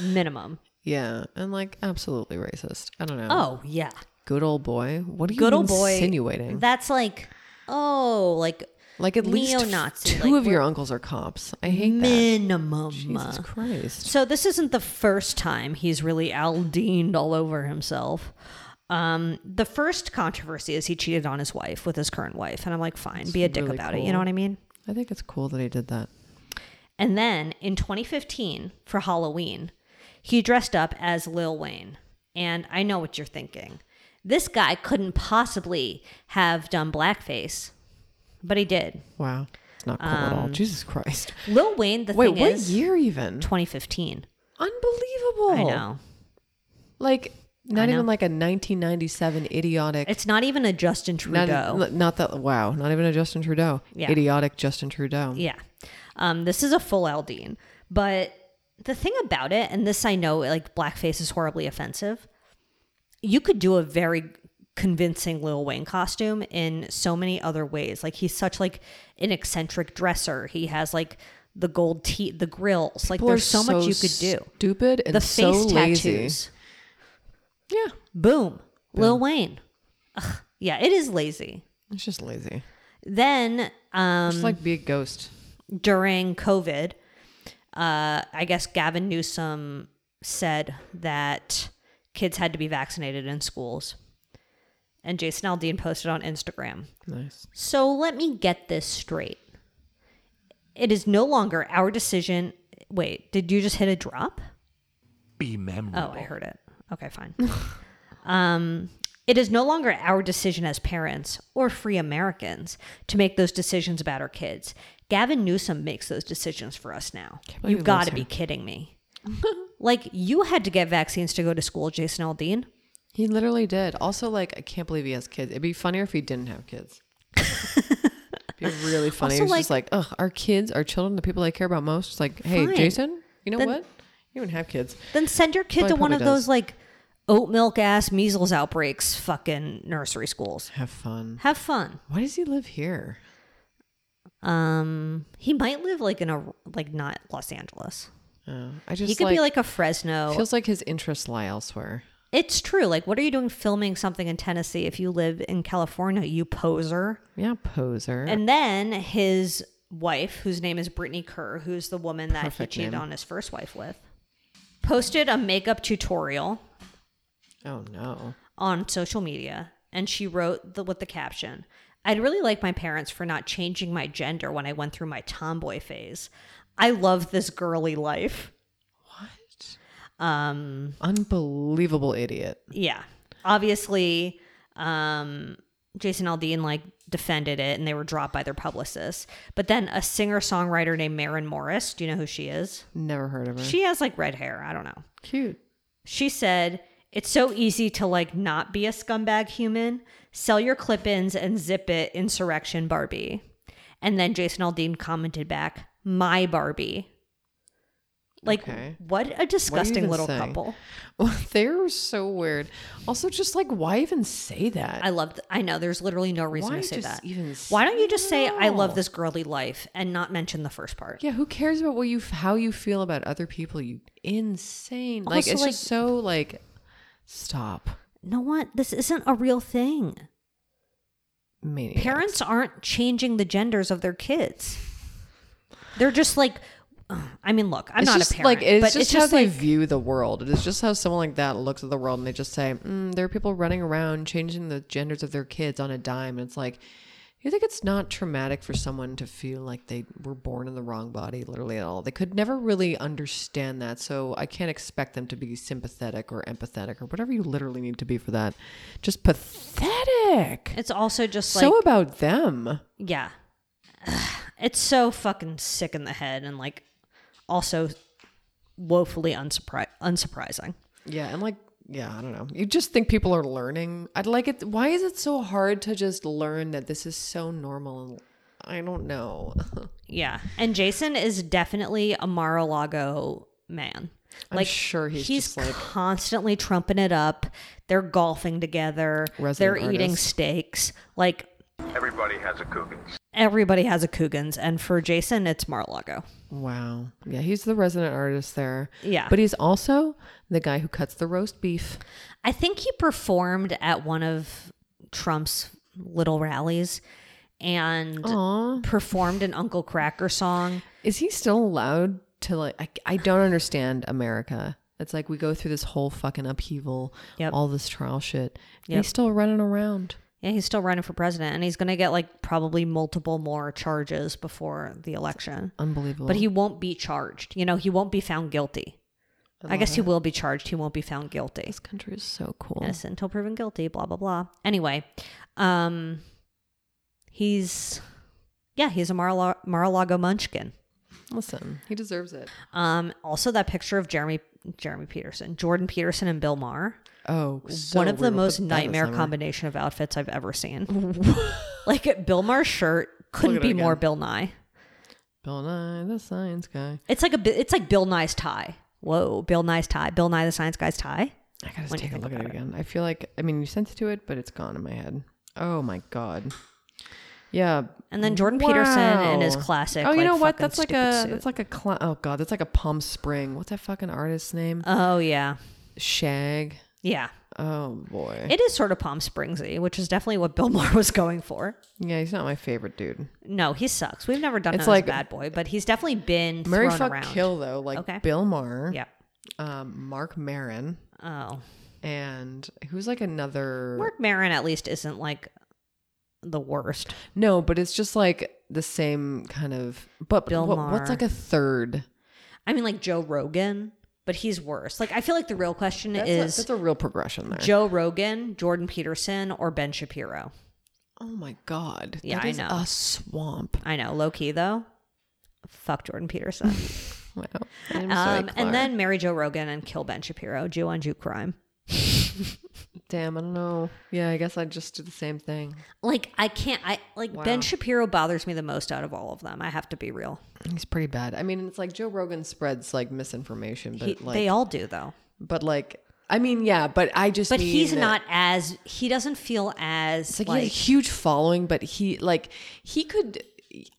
Speaker 2: minimum.
Speaker 3: Yeah, and like absolutely racist. I don't know.
Speaker 2: Oh, yeah.
Speaker 3: good old boy. What are you
Speaker 2: Good old boy.
Speaker 3: insinuating?
Speaker 2: That's like, oh, like
Speaker 3: Like at least f-
Speaker 2: Neo-Nazi,
Speaker 3: two
Speaker 2: like,
Speaker 3: of your uncles are cops. I hate that.
Speaker 2: minimum.
Speaker 3: Jesus Christ.
Speaker 2: So this isn't the first time he's really Al Deaned all over himself. Um, the first controversy is he cheated on his wife with his current wife, and I'm like, fine, be a dick
Speaker 3: really
Speaker 2: about it.
Speaker 3: cool.
Speaker 2: You know what I mean?
Speaker 3: I think it's cool that he did that.
Speaker 2: And then in 2015 for Halloween, he dressed up as Lil Wayne. And I know what you're thinking. This guy couldn't possibly have done blackface, but he did.
Speaker 3: Wow. It's not cool at all. Jesus Christ.
Speaker 2: Lil Wayne, Um, the
Speaker 3: Wait,
Speaker 2: thing
Speaker 3: what
Speaker 2: is,
Speaker 3: year Oh. even?
Speaker 2: 2015.
Speaker 3: Unbelievable.
Speaker 2: I know.
Speaker 3: Like not
Speaker 2: know.
Speaker 3: even like a 1997 idiotic.
Speaker 2: It's not even a Justin
Speaker 3: not, e-,
Speaker 2: Trudeau.
Speaker 3: not that. Wow. Not even a Justin Trudeau.
Speaker 2: Yeah.
Speaker 3: Idiotic Justin Trudeau.
Speaker 2: Yeah. Um, this is a full Aldine. But the thing about it, and this I know, like, blackface is horribly offensive. You could do a very convincing Lil Wayne costume in so many other ways. Like, he's such, like, an eccentric dresser. He has, like, the gold teeth, the grills. Like,
Speaker 3: People
Speaker 2: there's
Speaker 3: are
Speaker 2: so, much you could do.
Speaker 3: Stupid and
Speaker 2: The
Speaker 3: so
Speaker 2: face
Speaker 3: lazy.
Speaker 2: tattoos.
Speaker 3: Yeah.
Speaker 2: Boom. Lil Wayne. Ugh. Yeah, it is lazy.
Speaker 3: It's just lazy.
Speaker 2: Then, um,
Speaker 3: Just like be a ghost.
Speaker 2: during COVID, uh, I guess Gavin Newsom said that kids had to be vaccinated in schools. And Jason Aldean posted on Instagram.
Speaker 3: Nice.
Speaker 2: So let me get this straight. It is no longer our decision. Wait, did you just hit a drop?
Speaker 1: Be memorable.
Speaker 2: Oh, I heard it. Okay, fine. um, it is no longer our decision as parents or free Americans to make those decisions about our kids. Gavin Newsom makes those decisions for us now.
Speaker 3: believe
Speaker 2: You've
Speaker 3: he
Speaker 2: got
Speaker 3: lives
Speaker 2: to be
Speaker 3: here.
Speaker 2: kidding me. like, you had to get vaccines to go to school, Jason Aldean.
Speaker 3: He literally did. Also, like, I can't believe he has kids. It'd be funnier if he didn't have kids. It'd be really funny.
Speaker 2: Also,
Speaker 3: He's just like, ugh, our kids, our children, the people I care about most. It's like, hey,
Speaker 2: Fine.
Speaker 3: Jason, you know
Speaker 2: Then-
Speaker 3: what? You don't have kids.
Speaker 2: Then send your kid
Speaker 3: Well, he
Speaker 2: to one of
Speaker 3: probably
Speaker 2: those,
Speaker 3: does.
Speaker 2: like, oat milk ass measles outbreaks fucking nursery schools.
Speaker 3: Have fun.
Speaker 2: Have fun.
Speaker 3: Why does he live here?
Speaker 2: Um, he might live like in a like not Los Angeles.
Speaker 3: Oh, I just
Speaker 2: he could
Speaker 3: like,
Speaker 2: be like a Fresno
Speaker 3: feels like his interests lie elsewhere.
Speaker 2: It's true. Like, what are you doing filming something in Tennessee if you live in California, you poser?
Speaker 3: Yeah, poser.
Speaker 2: And then his wife, whose name is Brittany Kerr, who's the woman that
Speaker 3: Perfect
Speaker 2: he cheated
Speaker 3: name.
Speaker 2: on his first wife with, posted a makeup tutorial
Speaker 3: oh no.
Speaker 2: on social media and she wrote the, with the caption I'd really like my parents for not changing my gender when I went through my tomboy phase. I love this girly life.
Speaker 3: What?
Speaker 2: Um,
Speaker 3: Unbelievable idiot.
Speaker 2: yeah obviously um jason aldean like defended it and they were dropped by their publicist but then a singer-songwriter named marin morris do you know who she is
Speaker 3: Never heard of her.
Speaker 2: she has like red hair i don't know
Speaker 3: cute.
Speaker 2: she said it's so easy to like not be a scumbag human sell your clip-ins and zip it insurrection barbie and then jason aldean commented back my barbie like
Speaker 3: Okay.
Speaker 2: what a disgusting
Speaker 3: even
Speaker 2: little
Speaker 3: saying?
Speaker 2: couple
Speaker 3: Well, they're so weird. Also, just like, why even say that?
Speaker 2: I love. th- I know. There's literally no reason
Speaker 3: Why
Speaker 2: to say
Speaker 3: just
Speaker 2: that.
Speaker 3: even
Speaker 2: Why don't you just say "I love
Speaker 3: no?
Speaker 2: this girly life" and not mention the first part?
Speaker 3: Yeah, who cares about what you how you feel about other people? You insane. like
Speaker 2: Also,
Speaker 3: it's
Speaker 2: like-
Speaker 3: just so like stop.
Speaker 2: No what? This isn't a real thing.
Speaker 3: Maniac.
Speaker 2: Parents aren't changing the genders of their kids. They're just like. ugh, I mean, look. I'm
Speaker 3: It's
Speaker 2: not
Speaker 3: just,
Speaker 2: a parent,
Speaker 3: Like it's
Speaker 2: but
Speaker 3: just
Speaker 2: it's
Speaker 3: how
Speaker 2: just
Speaker 3: they
Speaker 2: like
Speaker 3: view the world. It is just how someone like that looks at the world, and they just say, mm, "There are people running around changing the genders of their kids on a dime." And it's like, you think it's not traumatic for someone to feel like they were born in the wrong body, literally at all? They could never really understand that, so I can't expect them to be sympathetic or empathetic or whatever you literally need to be for that. Just pathetic.
Speaker 2: it's also just like
Speaker 3: so about them.
Speaker 2: yeah. Ugh, It's so fucking sick in the head and like also woefully unsurpri- unsurprising.
Speaker 3: Yeah, and like yeah, I don't know. You just think people are learning. I'd like it. Why is it so hard to just learn that this is so normal? I don't know.
Speaker 2: Yeah. And Jason is definitely a Mar-a-Lago man.
Speaker 3: I'm sure he's just, like-
Speaker 2: constantly trumping it up. They're golfing together.
Speaker 3: Resident
Speaker 2: They're eating
Speaker 3: artist.
Speaker 2: steaks. Like
Speaker 6: Everybody has a cooking.
Speaker 2: everybody has a Coogan's, and for Jason, it's Mar-a-Lago.
Speaker 3: wow. Yeah, he's the resident artist there.
Speaker 2: Yeah.
Speaker 3: but he's also the guy who cuts the roast beef.
Speaker 2: I think he performed at one of Trump's little rallies, and
Speaker 3: Aw.
Speaker 2: performed an Uncle Cracker song.
Speaker 3: Is he still allowed to like? I, I don't understand America. It's like we go through this whole fucking upheaval,
Speaker 2: Yep.
Speaker 3: all this trial shit. and
Speaker 2: Yep.
Speaker 3: He's still running around.
Speaker 2: Yeah, he's still running for president and he's going to get like probably multiple more charges before the election.
Speaker 3: Unbelievable.
Speaker 2: But he won't be charged. You know, he won't be found guilty. I, guess he will be charged. He won't be found guilty.
Speaker 3: This country is so cool.
Speaker 2: Innocent until proven guilty, blah, blah, blah. Anyway, um, he's, yeah, he's a Mar-a-Lago, Mar-a-Lago munchkin.
Speaker 3: Listen, he deserves it.
Speaker 2: Um, also, that picture of Jeremy Jeremy Peterson, Jordan Peterson, and Bill Mahr.
Speaker 3: Oh, so
Speaker 2: one of
Speaker 3: we're
Speaker 2: the
Speaker 3: gonna
Speaker 2: most
Speaker 3: put that in
Speaker 2: nightmare
Speaker 3: the summer.
Speaker 2: combination of outfits I've ever seen. like Bill Maher's shirt couldn't
Speaker 3: Look at
Speaker 2: be
Speaker 3: it
Speaker 2: more
Speaker 3: again.
Speaker 2: Bill Nye.
Speaker 3: Bill Nye, the science guy.
Speaker 2: It's like a bi- it's like Bill Nye's tie. Whoa, Bill Nye's tie. Bill Nye the Science Guy's tie.
Speaker 3: I gotta
Speaker 2: When you
Speaker 3: take a
Speaker 2: think
Speaker 3: look at it,
Speaker 2: about it.
Speaker 3: again. I feel like I mean you sent it to it, but it's gone in my head. Oh my god. Yeah.
Speaker 2: And then Jordan Peterson in his
Speaker 3: Wow.
Speaker 2: classic,
Speaker 3: Oh, you
Speaker 2: like,
Speaker 3: know what?
Speaker 2: fucking
Speaker 3: That's like
Speaker 2: stupid
Speaker 3: a
Speaker 2: suit.
Speaker 3: that's like a cl- oh god, that's like a Palm Spring. What's that fucking artist's name?
Speaker 2: Oh yeah,
Speaker 3: Shag.
Speaker 2: yeah.
Speaker 3: Oh boy.
Speaker 2: It is sort of Palm Springsy, which is definitely what Bill Maher was going for.
Speaker 3: yeah, he's not my favorite dude.
Speaker 2: No, he sucks. We've never done
Speaker 3: It's
Speaker 2: him
Speaker 3: like-
Speaker 2: as a bad boy, but he's definitely been
Speaker 3: Murray
Speaker 2: thrown
Speaker 3: fuck
Speaker 2: around.
Speaker 3: kill though, like
Speaker 2: Okay.
Speaker 3: Bill Maher,
Speaker 2: Yeah.
Speaker 3: um, Mark Maron,
Speaker 2: Oh.
Speaker 3: and who's like another
Speaker 2: Mark Maron at least isn't like the worst.
Speaker 3: No, but it's just like the same kind of but
Speaker 2: Bill
Speaker 3: what,
Speaker 2: Maher.
Speaker 3: what's like a third?
Speaker 2: I mean, like Joe Rogan, but he's worse. Like, I feel like the real question
Speaker 3: That's a,
Speaker 2: is
Speaker 3: that's a real progression there.
Speaker 2: Joe Rogan, Jordan Peterson, or Ben Shapiro.
Speaker 3: Oh my god.
Speaker 2: Yeah,
Speaker 3: That
Speaker 2: I
Speaker 3: is
Speaker 2: know.
Speaker 3: A swamp.
Speaker 2: I know, low key though. Fuck Jordan Peterson.
Speaker 3: Wow. I'm so
Speaker 2: um,
Speaker 3: clever.
Speaker 2: and then marry Joe Rogan and kill Ben Shapiro, Jew on Jew crime.
Speaker 3: damn, I don't know. Yeah, I guess I'd just do the same thing.
Speaker 2: Like, I can't, I like Ben Shapiro bothers me the most out of all of them. I have to be real.
Speaker 3: He's pretty bad. I mean, it's like Joe Rogan spreads like misinformation, but
Speaker 2: He,
Speaker 3: like
Speaker 2: they all do though.
Speaker 3: but like I mean, yeah, but I just
Speaker 2: But
Speaker 3: mean
Speaker 2: he's
Speaker 3: that-
Speaker 2: not as, he doesn't feel as
Speaker 3: It's like,
Speaker 2: like,
Speaker 3: he has a huge following, but he like he could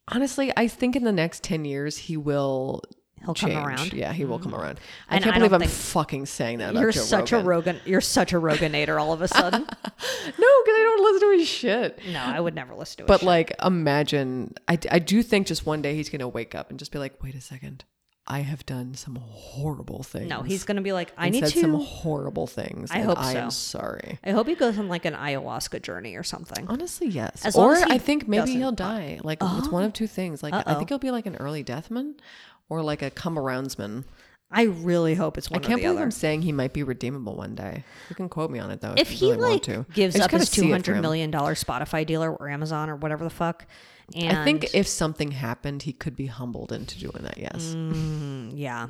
Speaker 3: honestly, I think in the next 10 years he will
Speaker 2: He'll come
Speaker 3: change.
Speaker 2: around. Mm.
Speaker 3: Yeah, he will come around. I
Speaker 2: And
Speaker 3: can't
Speaker 2: I
Speaker 3: believe
Speaker 2: don't
Speaker 3: I'm
Speaker 2: think-
Speaker 3: fucking saying that. About
Speaker 2: you're
Speaker 3: Joe
Speaker 2: such
Speaker 3: Rogan.
Speaker 2: a Rogan, you're such a Roganator all of a sudden.
Speaker 3: No, because I don't listen to his shit.
Speaker 2: No, I would never listen to it.
Speaker 3: But like, imagine. I, I do think just one day he's gonna wake up and just be like, wait a second, I have done some horrible things.
Speaker 2: no, he's gonna be like, I
Speaker 3: and
Speaker 2: need
Speaker 3: said
Speaker 2: to.
Speaker 3: some horrible things.
Speaker 2: I
Speaker 3: and
Speaker 2: hope
Speaker 3: I
Speaker 2: so.
Speaker 3: am sorry.
Speaker 2: I hope he goes on like an ayahuasca journey or something.
Speaker 3: Honestly, yes.
Speaker 2: As long
Speaker 3: or
Speaker 2: as he
Speaker 3: I think maybe
Speaker 2: doesn't
Speaker 3: he'll die. Like it's one of two things. Like I think he'll be like an early deathman, or like a come aroundsman.
Speaker 2: I really hope it's
Speaker 3: I
Speaker 2: one or
Speaker 3: can't
Speaker 2: the
Speaker 3: believe
Speaker 2: other.
Speaker 3: I'm saying he might be redeemable one day. You can quote me on it though.
Speaker 2: if
Speaker 3: you
Speaker 2: he
Speaker 3: really want
Speaker 2: like
Speaker 3: to.
Speaker 2: gives
Speaker 3: I just
Speaker 2: up
Speaker 3: gotta
Speaker 2: his
Speaker 3: see it
Speaker 2: two
Speaker 3: for
Speaker 2: hundred
Speaker 3: him.
Speaker 2: million dollar Spotify dealer or Amazon or whatever the fuck, and
Speaker 3: I think if something happened, he could be humbled into doing that. Yes,
Speaker 2: yeah.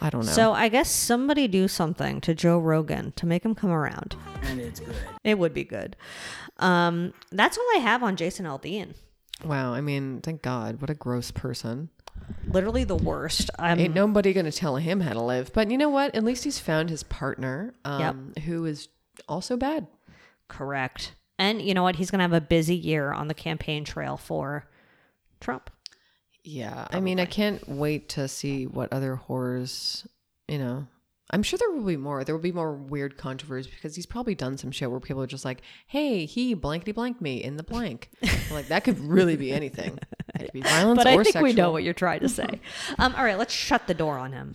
Speaker 3: I don't know.
Speaker 2: Mm. So I guess somebody do something to Joe Rogan to make him come around. And it's good. It would be good. Um, that's all I have on Jason Aldean.
Speaker 3: wow, I mean, thank God, what a gross person.
Speaker 2: Mm-hmm. Literally the worst. I'm
Speaker 3: Ain't nobody gonna tell him how to live. But you know what? At least he's found his partner, um, who is also bad.
Speaker 2: correct. And you know what? He's gonna have a busy year on the campaign trail for Trump.
Speaker 3: Yeah, I mean, I can't wait to see what other horrors. You know, I'm sure there will be more. There will be more weird controversies because he's probably done some shit where people are just like, "Hey, he blankety blank me in the blank." like that could really be anything. It could be violence
Speaker 2: but I
Speaker 3: or
Speaker 2: think we know
Speaker 3: sexual.
Speaker 2: what you're trying to say. um, all right, let's shut the door on him.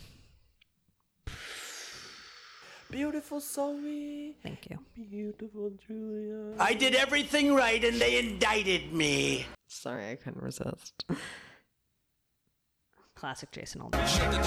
Speaker 7: Beautiful Zoe,
Speaker 2: Thank you.
Speaker 7: beautiful Julia.
Speaker 8: Oh. I did everything right and they indicted me.
Speaker 3: Sorry, I couldn't resist.
Speaker 2: Classic Jason Aldean.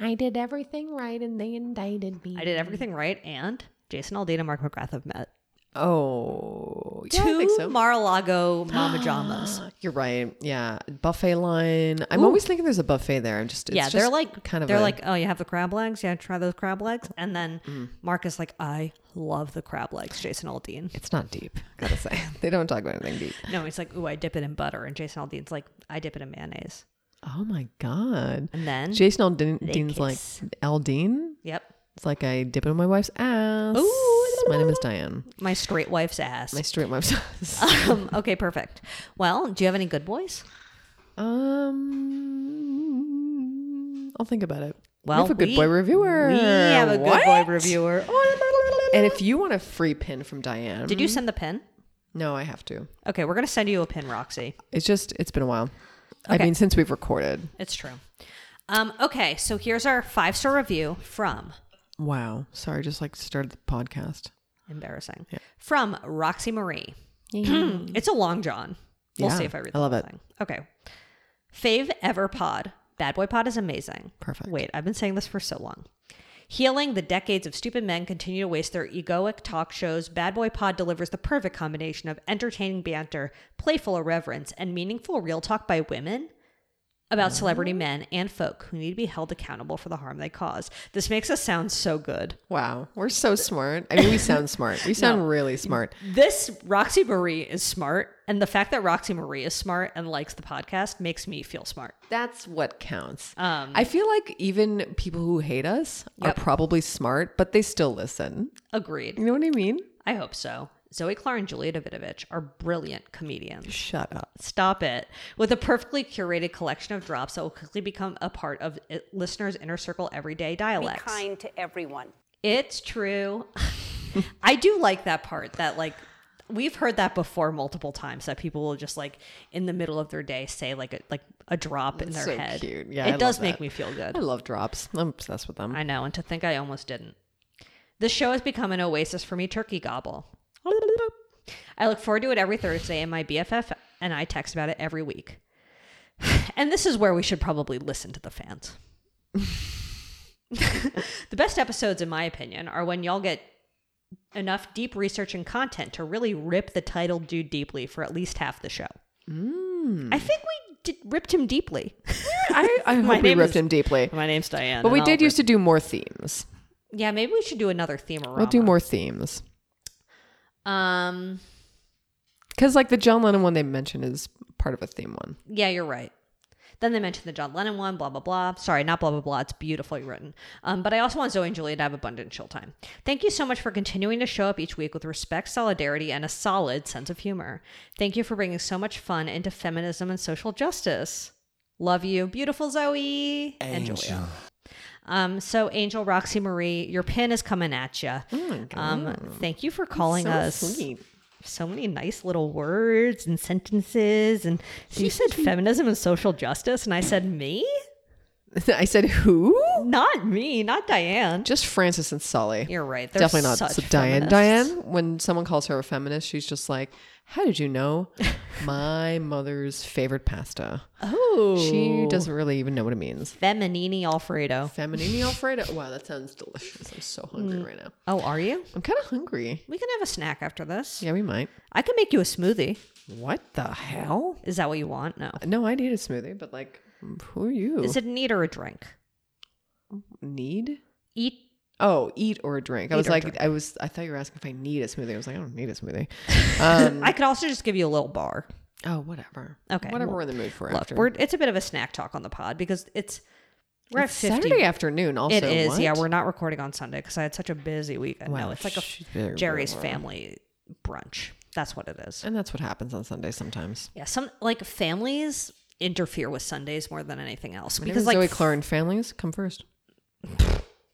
Speaker 3: I did everything right and they indicted me.
Speaker 2: I did everything right, and Jason Aldean and Mark McGrath have met.
Speaker 3: Oh, yeah, I
Speaker 2: Two
Speaker 3: think so.
Speaker 2: Mar-a-Lago Mama Jamas.
Speaker 3: You're right. Yeah, buffet line. I'm always thinking there's a buffet there. I'm just it's
Speaker 2: yeah,
Speaker 3: just
Speaker 2: they're like
Speaker 3: kind of
Speaker 2: they're
Speaker 3: a-
Speaker 2: like, oh, you have the crab legs. Yeah, try those crab legs. And then
Speaker 3: Mm.
Speaker 2: Mark is like, I love the crab legs, Jason Aldean.
Speaker 3: it's not deep. Gotta say they don't talk about anything deep.
Speaker 2: No, he's like, ooh, I dip it in butter, and Jason Aldean's like, I dip it in mayonnaise.
Speaker 3: Oh my god.
Speaker 2: And then,
Speaker 3: Jason Aldean's like
Speaker 2: kiss.
Speaker 3: Aldean.
Speaker 2: yep,
Speaker 3: It's like I dip it in my wife's ass.
Speaker 2: Ooh.
Speaker 3: my name is Diane.
Speaker 2: my straight wife's ass.
Speaker 3: My straight wife's ass.
Speaker 2: um, okay, perfect. Well, do you have any good boys?
Speaker 3: um, I'll think about it.
Speaker 2: Well,
Speaker 3: we have a good
Speaker 2: we-
Speaker 3: boy reviewer.
Speaker 2: We have a good boy
Speaker 3: What?
Speaker 2: reviewer.
Speaker 3: And if you want a free pin from Diane,
Speaker 2: Mm-hmm. Did you send the pin?
Speaker 3: No, I have to.
Speaker 2: Okay, we're gonna send you a pin, Roxy.
Speaker 3: It's just it's been a while. I
Speaker 2: Okay.
Speaker 3: mean, since we've recorded.
Speaker 2: It's true. Um, okay, so here's our five star review from
Speaker 3: Wow. Sorry, just like started the podcast.
Speaker 2: embarrassing from Roxy Marie. it's a long john. We'll
Speaker 3: Yeah,
Speaker 2: see if I read. The
Speaker 3: I love
Speaker 2: whole
Speaker 3: it.
Speaker 2: Thing. Okay. Fave ever pod. Bad boy pod is amazing.
Speaker 3: Perfect.
Speaker 2: Wait, I've been saying this for so long. Healing the decades of stupid men continue to waste their egoic talk shows, Bad Boy Pod delivers the perfect combination of entertaining banter, playful irreverence, and meaningful real talk by women about celebrity men and folk who need to be held accountable for the harm they cause. This makes us sound so good.
Speaker 3: Wow. We're so smart. I mean, we sound smart. We sound really smart.
Speaker 2: This Roxy Marie is smart, and the fact that Roxy Marie is smart and likes the podcast makes me feel smart.
Speaker 3: That's what counts.
Speaker 2: Um,
Speaker 3: I feel like even people who hate us are probably smart, but they still listen.
Speaker 2: Agreed.
Speaker 3: You know what I mean?
Speaker 2: I hope so. Zoe Klar and Julia Davidovich are brilliant comedians.
Speaker 3: Shut up.
Speaker 2: Stop it. With a perfectly curated collection of drops that will quickly become a part of i- listeners' inner circle everyday
Speaker 4: Be
Speaker 2: dialects.
Speaker 4: kind to everyone.
Speaker 2: It's true. I do like that part that like we've heard that before multiple times that people will just like in the middle of their day say like a like a drop in their
Speaker 3: so
Speaker 2: head.
Speaker 3: cute. Yeah, I
Speaker 2: it
Speaker 3: love
Speaker 2: does make
Speaker 3: that.
Speaker 2: me feel good.
Speaker 3: I love drops. I'm obsessed with them.
Speaker 2: I know, and to think I almost didn't. This show has become an oasis for me turkey gobble. I look forward to it every Thursday, and my BFF and I text about it every week. And this is where we should probably listen to the fans. the best episodes, in my opinion, are when y'all get enough deep research and content to really rip the title dude deeply for at least half the show. I think we did, ripped him deeply.
Speaker 3: I, I
Speaker 2: My
Speaker 3: hope we
Speaker 2: name
Speaker 3: ripped
Speaker 2: is-
Speaker 3: him deeply.
Speaker 2: My name's Diane.
Speaker 3: But we
Speaker 2: and I'll
Speaker 3: did
Speaker 2: rip-
Speaker 3: used to do more themes.
Speaker 2: Yeah, maybe we should do another theme around.
Speaker 3: We'll do more themes.
Speaker 2: Um.
Speaker 3: Because like the John Lennon one they mentioned is part of a theme one.
Speaker 2: Yeah, you're right. Then they mentioned the John Lennon one, blah blah blah. Sorry, not blah blah blah. It's beautifully written. Um, but I also want Zoe and Julia to have abundant chill time. Thank you so much for continuing to show up each week with respect, solidarity, and a solid sense of humor. Thank you for bringing so much fun into feminism and social justice. Love you, beautiful Zoe and Julia. Um, so Angel Roxy Marie, your pin is coming at you.
Speaker 3: Mm.
Speaker 2: um, thank you for calling us so many nice little words and sentences and so you said feminism and social justice and i said me
Speaker 3: I said who?
Speaker 2: not me not diane
Speaker 3: Just Francis and Sully.
Speaker 2: you're right they're
Speaker 3: Definitely not
Speaker 2: such
Speaker 3: so Diane.
Speaker 2: feminists.
Speaker 3: Diane, when someone calls her a feminist, she's just like, "How did you know my mother's favorite pasta?"
Speaker 2: oh
Speaker 3: She doesn't really even know what it means.
Speaker 2: feminini alfredo
Speaker 3: Feminini Alfredo. Wow, that sounds delicious. I'm so hungry right now.
Speaker 2: oh are you
Speaker 3: I'm kind of hungry.
Speaker 2: we can have a snack after this
Speaker 3: Yeah, we might.
Speaker 2: i can make you a smoothie
Speaker 3: What the hell?
Speaker 2: is that what you want no
Speaker 3: No, I need a smoothie, but like, who are you?
Speaker 2: is it an eat or a drink
Speaker 3: need?
Speaker 2: eat
Speaker 3: Oh, eat or drink. I
Speaker 2: Eat
Speaker 3: was
Speaker 2: or
Speaker 3: like,
Speaker 2: drink.
Speaker 3: I was, I thought you were asking if I need a smoothie. I was like, I don't need a smoothie. Um,
Speaker 2: i could also just give you a little bar
Speaker 3: oh, whatever.
Speaker 2: Okay,
Speaker 3: whatever
Speaker 2: well,
Speaker 3: we're in the mood for.
Speaker 2: look
Speaker 3: after.
Speaker 2: we're, it's a bit of a snack talk on the pod because it's we're
Speaker 3: It's
Speaker 2: at 50
Speaker 3: Saturday afternoon. Also,
Speaker 2: it is. Yeah,
Speaker 3: What?
Speaker 2: we're not recording on Sunday because I had such a busy week. I
Speaker 3: Wow,
Speaker 2: know it's like a
Speaker 3: she's very
Speaker 2: Jerry's
Speaker 3: busy.
Speaker 2: family brunch. That's what it is.
Speaker 3: and that's what happens on Sunday sometimes.
Speaker 2: Yeah, some like families interfere with Sundays more than anything else
Speaker 3: Because
Speaker 2: because like
Speaker 3: Zoe Clark and families come first.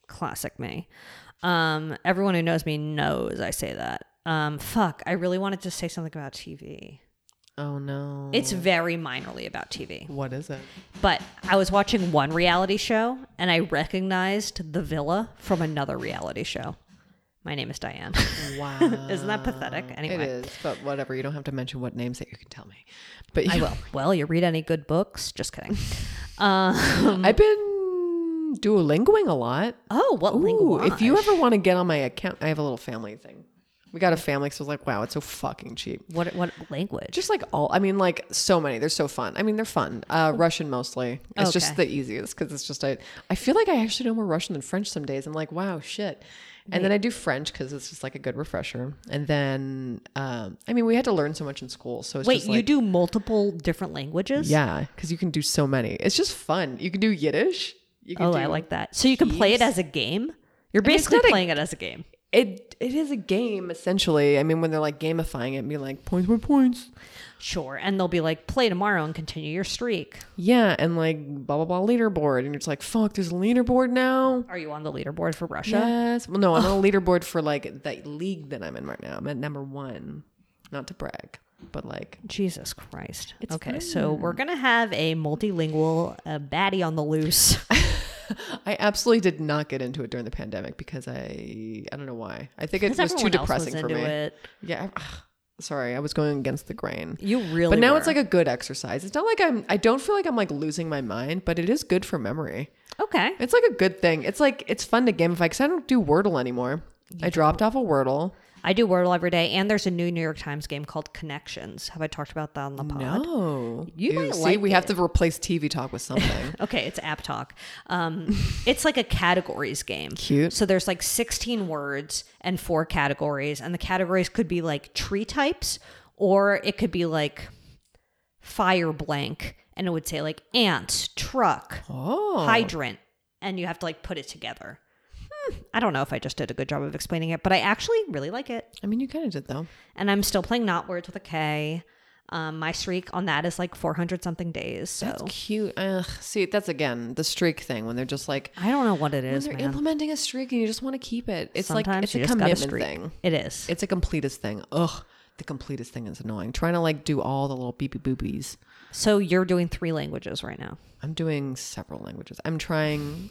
Speaker 2: classic me. Um, everyone who knows me knows I say that. Um, fuck, I really wanted to say something about TV.
Speaker 3: Oh no,
Speaker 2: It's very minorly about TV.
Speaker 3: what is it?
Speaker 2: But I was watching one reality show and I recognized the villa from another reality show. My name is Diane.
Speaker 3: Wow,
Speaker 2: Isn't that pathetic? Anyway.
Speaker 3: it is. But whatever. You don't have to mention what names that you can tell me. But
Speaker 2: I
Speaker 3: you-
Speaker 2: will. Well, you read any good books? Just kidding. Um,
Speaker 3: I've been duolingoing a lot.
Speaker 2: oh, what
Speaker 3: Ooh,
Speaker 2: language?
Speaker 3: if you ever want to get on my account, I have a little family thing. We got a family, so I was like, wow, it's so fucking cheap.
Speaker 2: what what language?
Speaker 3: Just like all, I mean, like so many. They're so fun. I mean, they're fun. Uh, Russian mostly. It's just
Speaker 2: Oh. Okay.
Speaker 3: the easiest because it's just I. I feel like I actually know more Russian than French some days. I'm like, wow, shit. And then I do French because it's just like a good refresher. And then, um, I mean, we had to learn so much in school, so it's
Speaker 2: Wait,
Speaker 3: just
Speaker 2: you
Speaker 3: like-
Speaker 2: do multiple different languages?
Speaker 3: yeah, because you can do so many. It's just fun. You can do Yiddish. You can
Speaker 2: Oh,
Speaker 3: do,
Speaker 2: I like that. So you can play it as a game. You're
Speaker 3: mean, it's
Speaker 2: basically
Speaker 3: not a-
Speaker 2: playing it as a game.
Speaker 3: it it is a game essentially. I mean, when they're like gamifying it, and be like points by points.
Speaker 2: Sure, and they'll be like, play tomorrow and continue your streak.
Speaker 3: Yeah, and like blah blah blah leaderboard, and you're just like, fuck, there's a leaderboard now.
Speaker 2: Are you on the leaderboard for Russia?
Speaker 3: Yes. Well, no, I'm on a leaderboard for like the league that I'm in right now. I'm at number one. Not to brag, but like
Speaker 2: Jesus Christ. okay, so we're gonna have a multilingual uh, baddie on the loose.
Speaker 3: I absolutely did not get into it during the pandemic because I I don't know why. I think it
Speaker 2: Because
Speaker 3: was too
Speaker 2: everyone else
Speaker 3: depressing
Speaker 2: was
Speaker 3: for
Speaker 2: into
Speaker 3: me.
Speaker 2: it.
Speaker 3: Yeah. ugh, Sorry, I was going against the grain.
Speaker 2: You really.
Speaker 3: but now
Speaker 2: were.
Speaker 3: it's like a good exercise. It's not like I'm I don't feel like I'm like losing my mind, but it is good for memory.
Speaker 2: okay.
Speaker 3: It's like a good thing. It's like it's fun to gamify because I don't do Wordle anymore. I dropped off a Wordle.
Speaker 2: I do Wordle every day, and there's a new New York Times game called Connections. Have I talked about that on the pod?
Speaker 3: No,
Speaker 2: Oh, You might
Speaker 3: see,
Speaker 2: like
Speaker 3: we have to replace TV talk with something.
Speaker 2: Okay, it's app talk. Um, it's like a categories game.
Speaker 3: Cute.
Speaker 2: So there's like 16 words and four categories, and the categories could be like tree types, or it could be like fire blank, and it would say like ants, truck,
Speaker 3: oh,
Speaker 2: hydrant, and you have to like put it together. Hmm, I don't know if I just did a good job of explaining it, but I actually really like it.
Speaker 3: I mean, you kind of did though.
Speaker 2: and I'm still playing Not Words with a K. Um, my streak on that is like 400 something days. So
Speaker 3: That's cute. Ugh, see, that's again the streak thing when they're just like
Speaker 2: I don't know what it is,
Speaker 3: when they're
Speaker 2: man.
Speaker 3: implementing a streak and you just want to keep it. It's like
Speaker 2: Sometimes
Speaker 3: it's
Speaker 2: you
Speaker 3: a
Speaker 2: just got
Speaker 3: commitment
Speaker 2: streak.
Speaker 3: thing.
Speaker 2: It is.
Speaker 3: It's a completist thing. Ugh, the completist thing is annoying. Trying to like do all the little beepy boobies.
Speaker 2: so you're doing three languages right now.
Speaker 3: I'm doing several languages. I'm trying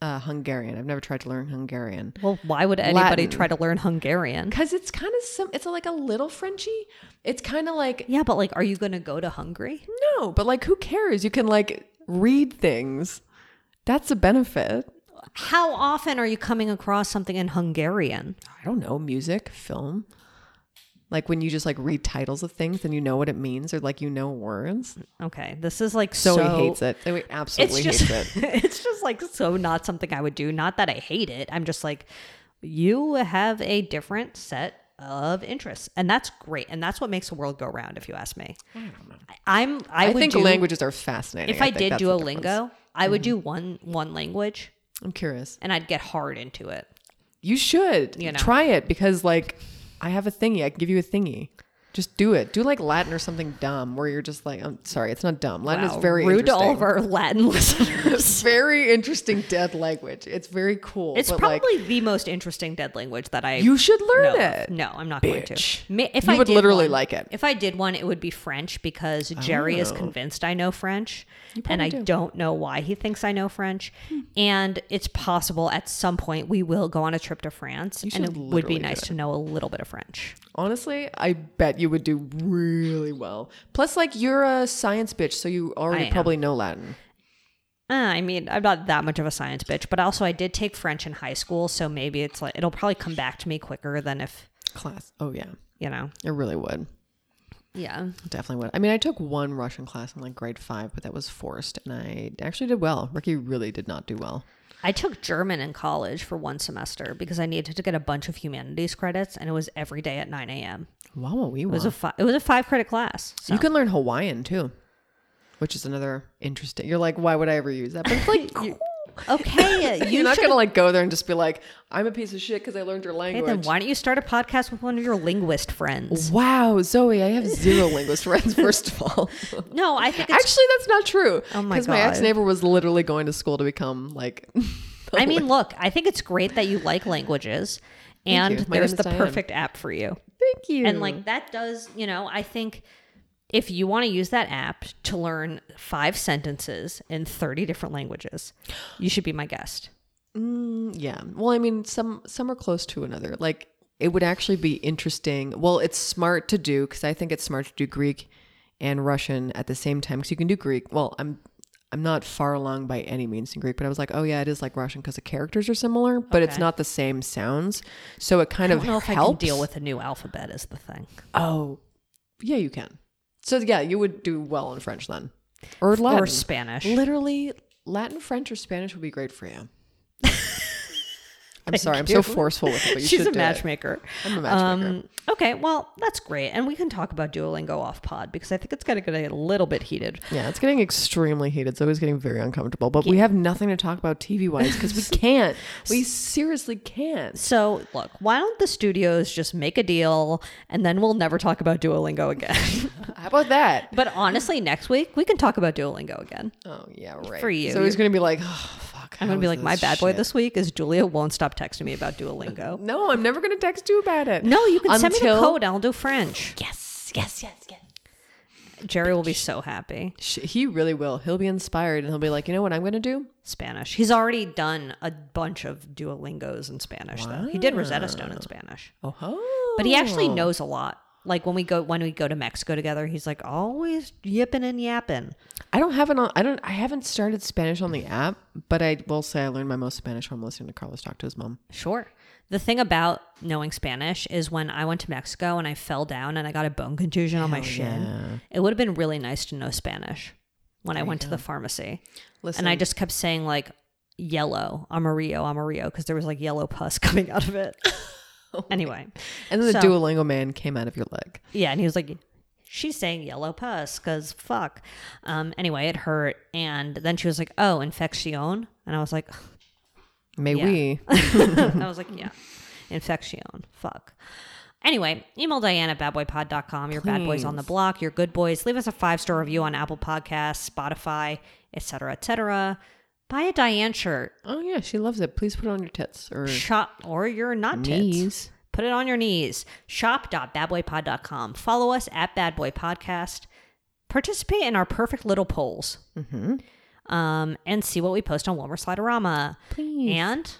Speaker 3: uh, Hungarian. I've never tried to learn Hungarian.
Speaker 2: Well, why would anybody
Speaker 3: Latin.
Speaker 2: try to learn Hungarian?
Speaker 3: Cause it's kind of some, it's like a little Frenchy. It's kind of like
Speaker 2: Yeah, but like, are you going to go to Hungary?
Speaker 3: no, but like who cares? You can like read things. That's a benefit.
Speaker 2: How often are you coming across something in Hungarian?
Speaker 3: I don't know, music, film. Like when you just like read titles of things and you know what it means or like you know words.
Speaker 2: Okay, this is like so.
Speaker 3: Zoe hates it. Zoe
Speaker 2: It's
Speaker 3: absolutely
Speaker 2: just,
Speaker 3: hates it.
Speaker 2: it's just like so not something I would do. Not that I hate it. I'm just like, you have a different set of interests, and that's great, and that's what makes the world go round. If you ask me, I am I,
Speaker 3: I,
Speaker 2: would
Speaker 3: think
Speaker 2: do-
Speaker 3: languages are fascinating.
Speaker 2: If I,
Speaker 3: think
Speaker 2: did
Speaker 3: that's the
Speaker 2: Duolingo,
Speaker 3: difference.
Speaker 2: I
Speaker 3: Mm-hmm.
Speaker 2: would do one one language,
Speaker 3: I'm curious.
Speaker 2: and I'd get hard into it.
Speaker 3: You should
Speaker 2: You know.
Speaker 3: try it because like I have a thingy. I can give you a thingy. Just do it. Do like Latin or something dumb where you're just like, I'm sorry, it's not dumb. Latin
Speaker 2: Wow,
Speaker 3: is very
Speaker 2: Uh, rude to all
Speaker 3: interesting.
Speaker 2: of our Latin listeners.
Speaker 3: very interesting dead language. It's very cool.
Speaker 2: It's
Speaker 3: but, like,
Speaker 2: probably the most interesting dead language that I.
Speaker 3: You should learn
Speaker 2: know of.
Speaker 3: it.
Speaker 2: No, I'm not going
Speaker 3: Bitch.
Speaker 2: to. Ma- If
Speaker 3: You
Speaker 2: I
Speaker 3: would
Speaker 2: did
Speaker 3: literally
Speaker 2: one-
Speaker 3: like it. Oh.
Speaker 2: If I did one, it would be French because Jerry is convinced I know French, and I
Speaker 3: do. Hmm.
Speaker 2: not know why he thinks I know French. And it's possible at some point we will go on a trip to France, and
Speaker 3: should
Speaker 2: it would
Speaker 3: literally
Speaker 2: be
Speaker 3: do
Speaker 2: nice
Speaker 3: it.
Speaker 2: to know a little bit of French.
Speaker 3: honestly, I bet you would do really well. Plus, like you're a science bitch, so you
Speaker 2: I
Speaker 3: already
Speaker 2: am.
Speaker 3: probably know Latin.
Speaker 2: Uh, I mean, I'm not that much of a science bitch, but also I did take French in high school, so maybe it's like it'll probably come back to me quicker than if
Speaker 3: Class. Oh yeah,
Speaker 2: you know.
Speaker 3: it really would.
Speaker 2: Yeah.
Speaker 3: Definitely would. I mean, I took one Russian class in like grade five, but that was forced, and I actually did well. Ricky really did not do well.
Speaker 2: I took German in college for one semester because I needed to get a bunch of humanities credits, and it was every day at 9 a.m.
Speaker 3: Wow, we
Speaker 2: It was a fi- it was a five credit class. So.
Speaker 3: You can learn Hawaiian too, which is another interesting. You're like, why would I ever use that? But it's like, cool.
Speaker 2: okay, you
Speaker 3: you're not
Speaker 2: should-
Speaker 3: gonna like go there and just be like, I'm a piece of shit because I learned your
Speaker 2: Okay,
Speaker 3: language.
Speaker 2: then why don't you start a podcast with one of your linguist friends?
Speaker 3: Wow, Zoe, I have zero linguist friends. First of all,
Speaker 2: No, I think it's,
Speaker 3: actually, that's not true.
Speaker 2: Oh my
Speaker 3: my ex
Speaker 2: God.
Speaker 3: neighbor was literally going to school to become like.
Speaker 2: I mean, look, I think it's great that you like languages, and
Speaker 3: you. My
Speaker 2: there's
Speaker 3: name is
Speaker 2: the
Speaker 3: Diane.
Speaker 2: perfect app for you.
Speaker 3: thank you.
Speaker 2: And like that does, you know, I think if you want to use that app to learn five sentences in 30 different languages, you should be my guest.
Speaker 3: yeah, well, I mean, some some are close to another. Like it would actually be interesting. Well, it's smart to do because I think it's smart to do Greek and Russian at the same time because you can do Greek. Well, I'm. I'm not far along by any means in Greek, but I was like, oh yeah, it is like Russian because the characters are similar, but it's
Speaker 2: Okay.
Speaker 3: not the same sounds. So it kind
Speaker 2: I
Speaker 3: of
Speaker 2: don't know if
Speaker 3: helps.
Speaker 2: I can deal with a new alphabet is the thing.
Speaker 3: Oh, yeah, you can. So yeah, you would do well in French then, or Latin,
Speaker 2: Or Spanish.
Speaker 3: Literally, Latin, French, or Spanish would be great for you. I'm sorry, I'm so
Speaker 2: you.
Speaker 3: forceful with it. But you
Speaker 2: She's
Speaker 3: should
Speaker 2: a
Speaker 3: do it.
Speaker 2: matchmaker. Um,
Speaker 3: I'm a matchmaker.
Speaker 2: okay, well, that's great. And we can talk about Duolingo off pod because I think it's going to get a little bit heated.
Speaker 3: yeah, it's getting extremely heated. It's always getting very uncomfortable. But we have nothing to talk about TV wise because we can't. We seriously can't.
Speaker 2: So, look, why don't the studios just make a deal and then we'll never talk about Duolingo again?
Speaker 3: How about that?
Speaker 2: but honestly, next week we can talk about Duolingo again.
Speaker 3: Oh yeah, right.
Speaker 2: For you,
Speaker 3: So he's
Speaker 2: you're-
Speaker 3: gonna be like, oh, fuck.
Speaker 2: I'm gonna be
Speaker 3: is
Speaker 2: like, my
Speaker 3: this
Speaker 2: bad boy
Speaker 3: shit?
Speaker 2: this week is Julia won't stop texting me about Duolingo.
Speaker 3: No, I'm never going to text you about it.
Speaker 2: No, you can send me the
Speaker 3: Until-
Speaker 2: code. I'll do French.
Speaker 3: Yes, yes, yes, yes.
Speaker 2: Jerry will be so happy.
Speaker 3: Sh- He really will. He'll be inspired and he'll be like, you know what I'm going to do?
Speaker 2: Spanish. He's already done a bunch of Duolingos in Spanish, though. He did Rosetta Stone in Spanish,
Speaker 3: Oh,
Speaker 2: but he actually knows a lot. Like when we go when we go to Mexico together, he's like always yipping and yapping.
Speaker 3: I don't have an. I don't. I haven't started Spanish on the app, but I will say I learned my most Spanish from listening to Carlos talk to his mom.
Speaker 2: Sure. The thing about knowing Spanish is when I went to Mexico and I fell down and I got a bone contusion on my shin, it would have been really nice to know Spanish when I went to the pharmacy.
Speaker 3: Listen,
Speaker 2: And I just kept saying, like, yellow, amarillo, amarillo, because there was like yellow pus coming out of it.
Speaker 3: Oh
Speaker 2: anyway.
Speaker 3: and then the
Speaker 2: so-
Speaker 3: Duolingo man came out of your leg.
Speaker 2: Yeah, and he was like, "She's saying yellow pus because fuck." Um, anyway, it hurt, and then she was like, "Oh, infection," and I was like,
Speaker 3: May
Speaker 2: Yeah.
Speaker 3: we?
Speaker 2: "I was like, yeah, infection, fuck." Anyway, email Diane at badboypod.com. Your bad boys on the block, your good boys. Leave us a five star review on Apple Podcasts, Spotify, etc., cetera, etc. Buy a Diane shirt,
Speaker 3: Oh yeah, she loves it. Please put it on your tits or
Speaker 2: shop, or your not tits.
Speaker 3: knees.
Speaker 2: Put it on your knees. Shop.badboypod.com. Follow us at Bad Boy Podcast. Participate in our perfect little polls. Mm-hmm. Um, and see what we post on Wilmer Sliderama.
Speaker 3: Please.
Speaker 2: And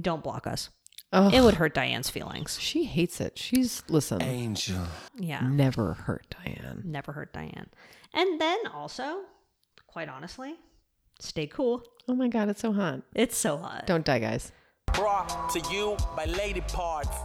Speaker 2: don't block us.
Speaker 3: Ugh.
Speaker 2: It would hurt Diane's feelings.
Speaker 3: She hates it. She's listen.
Speaker 2: Yeah.
Speaker 3: Never hurt Diane.
Speaker 2: Never hurt Diane. And then also, quite honestly, stay cool.
Speaker 3: Oh my god, it's so hot.
Speaker 2: It's so hot.
Speaker 3: Don't die, guys.
Speaker 1: Brought to you by Lady Parts.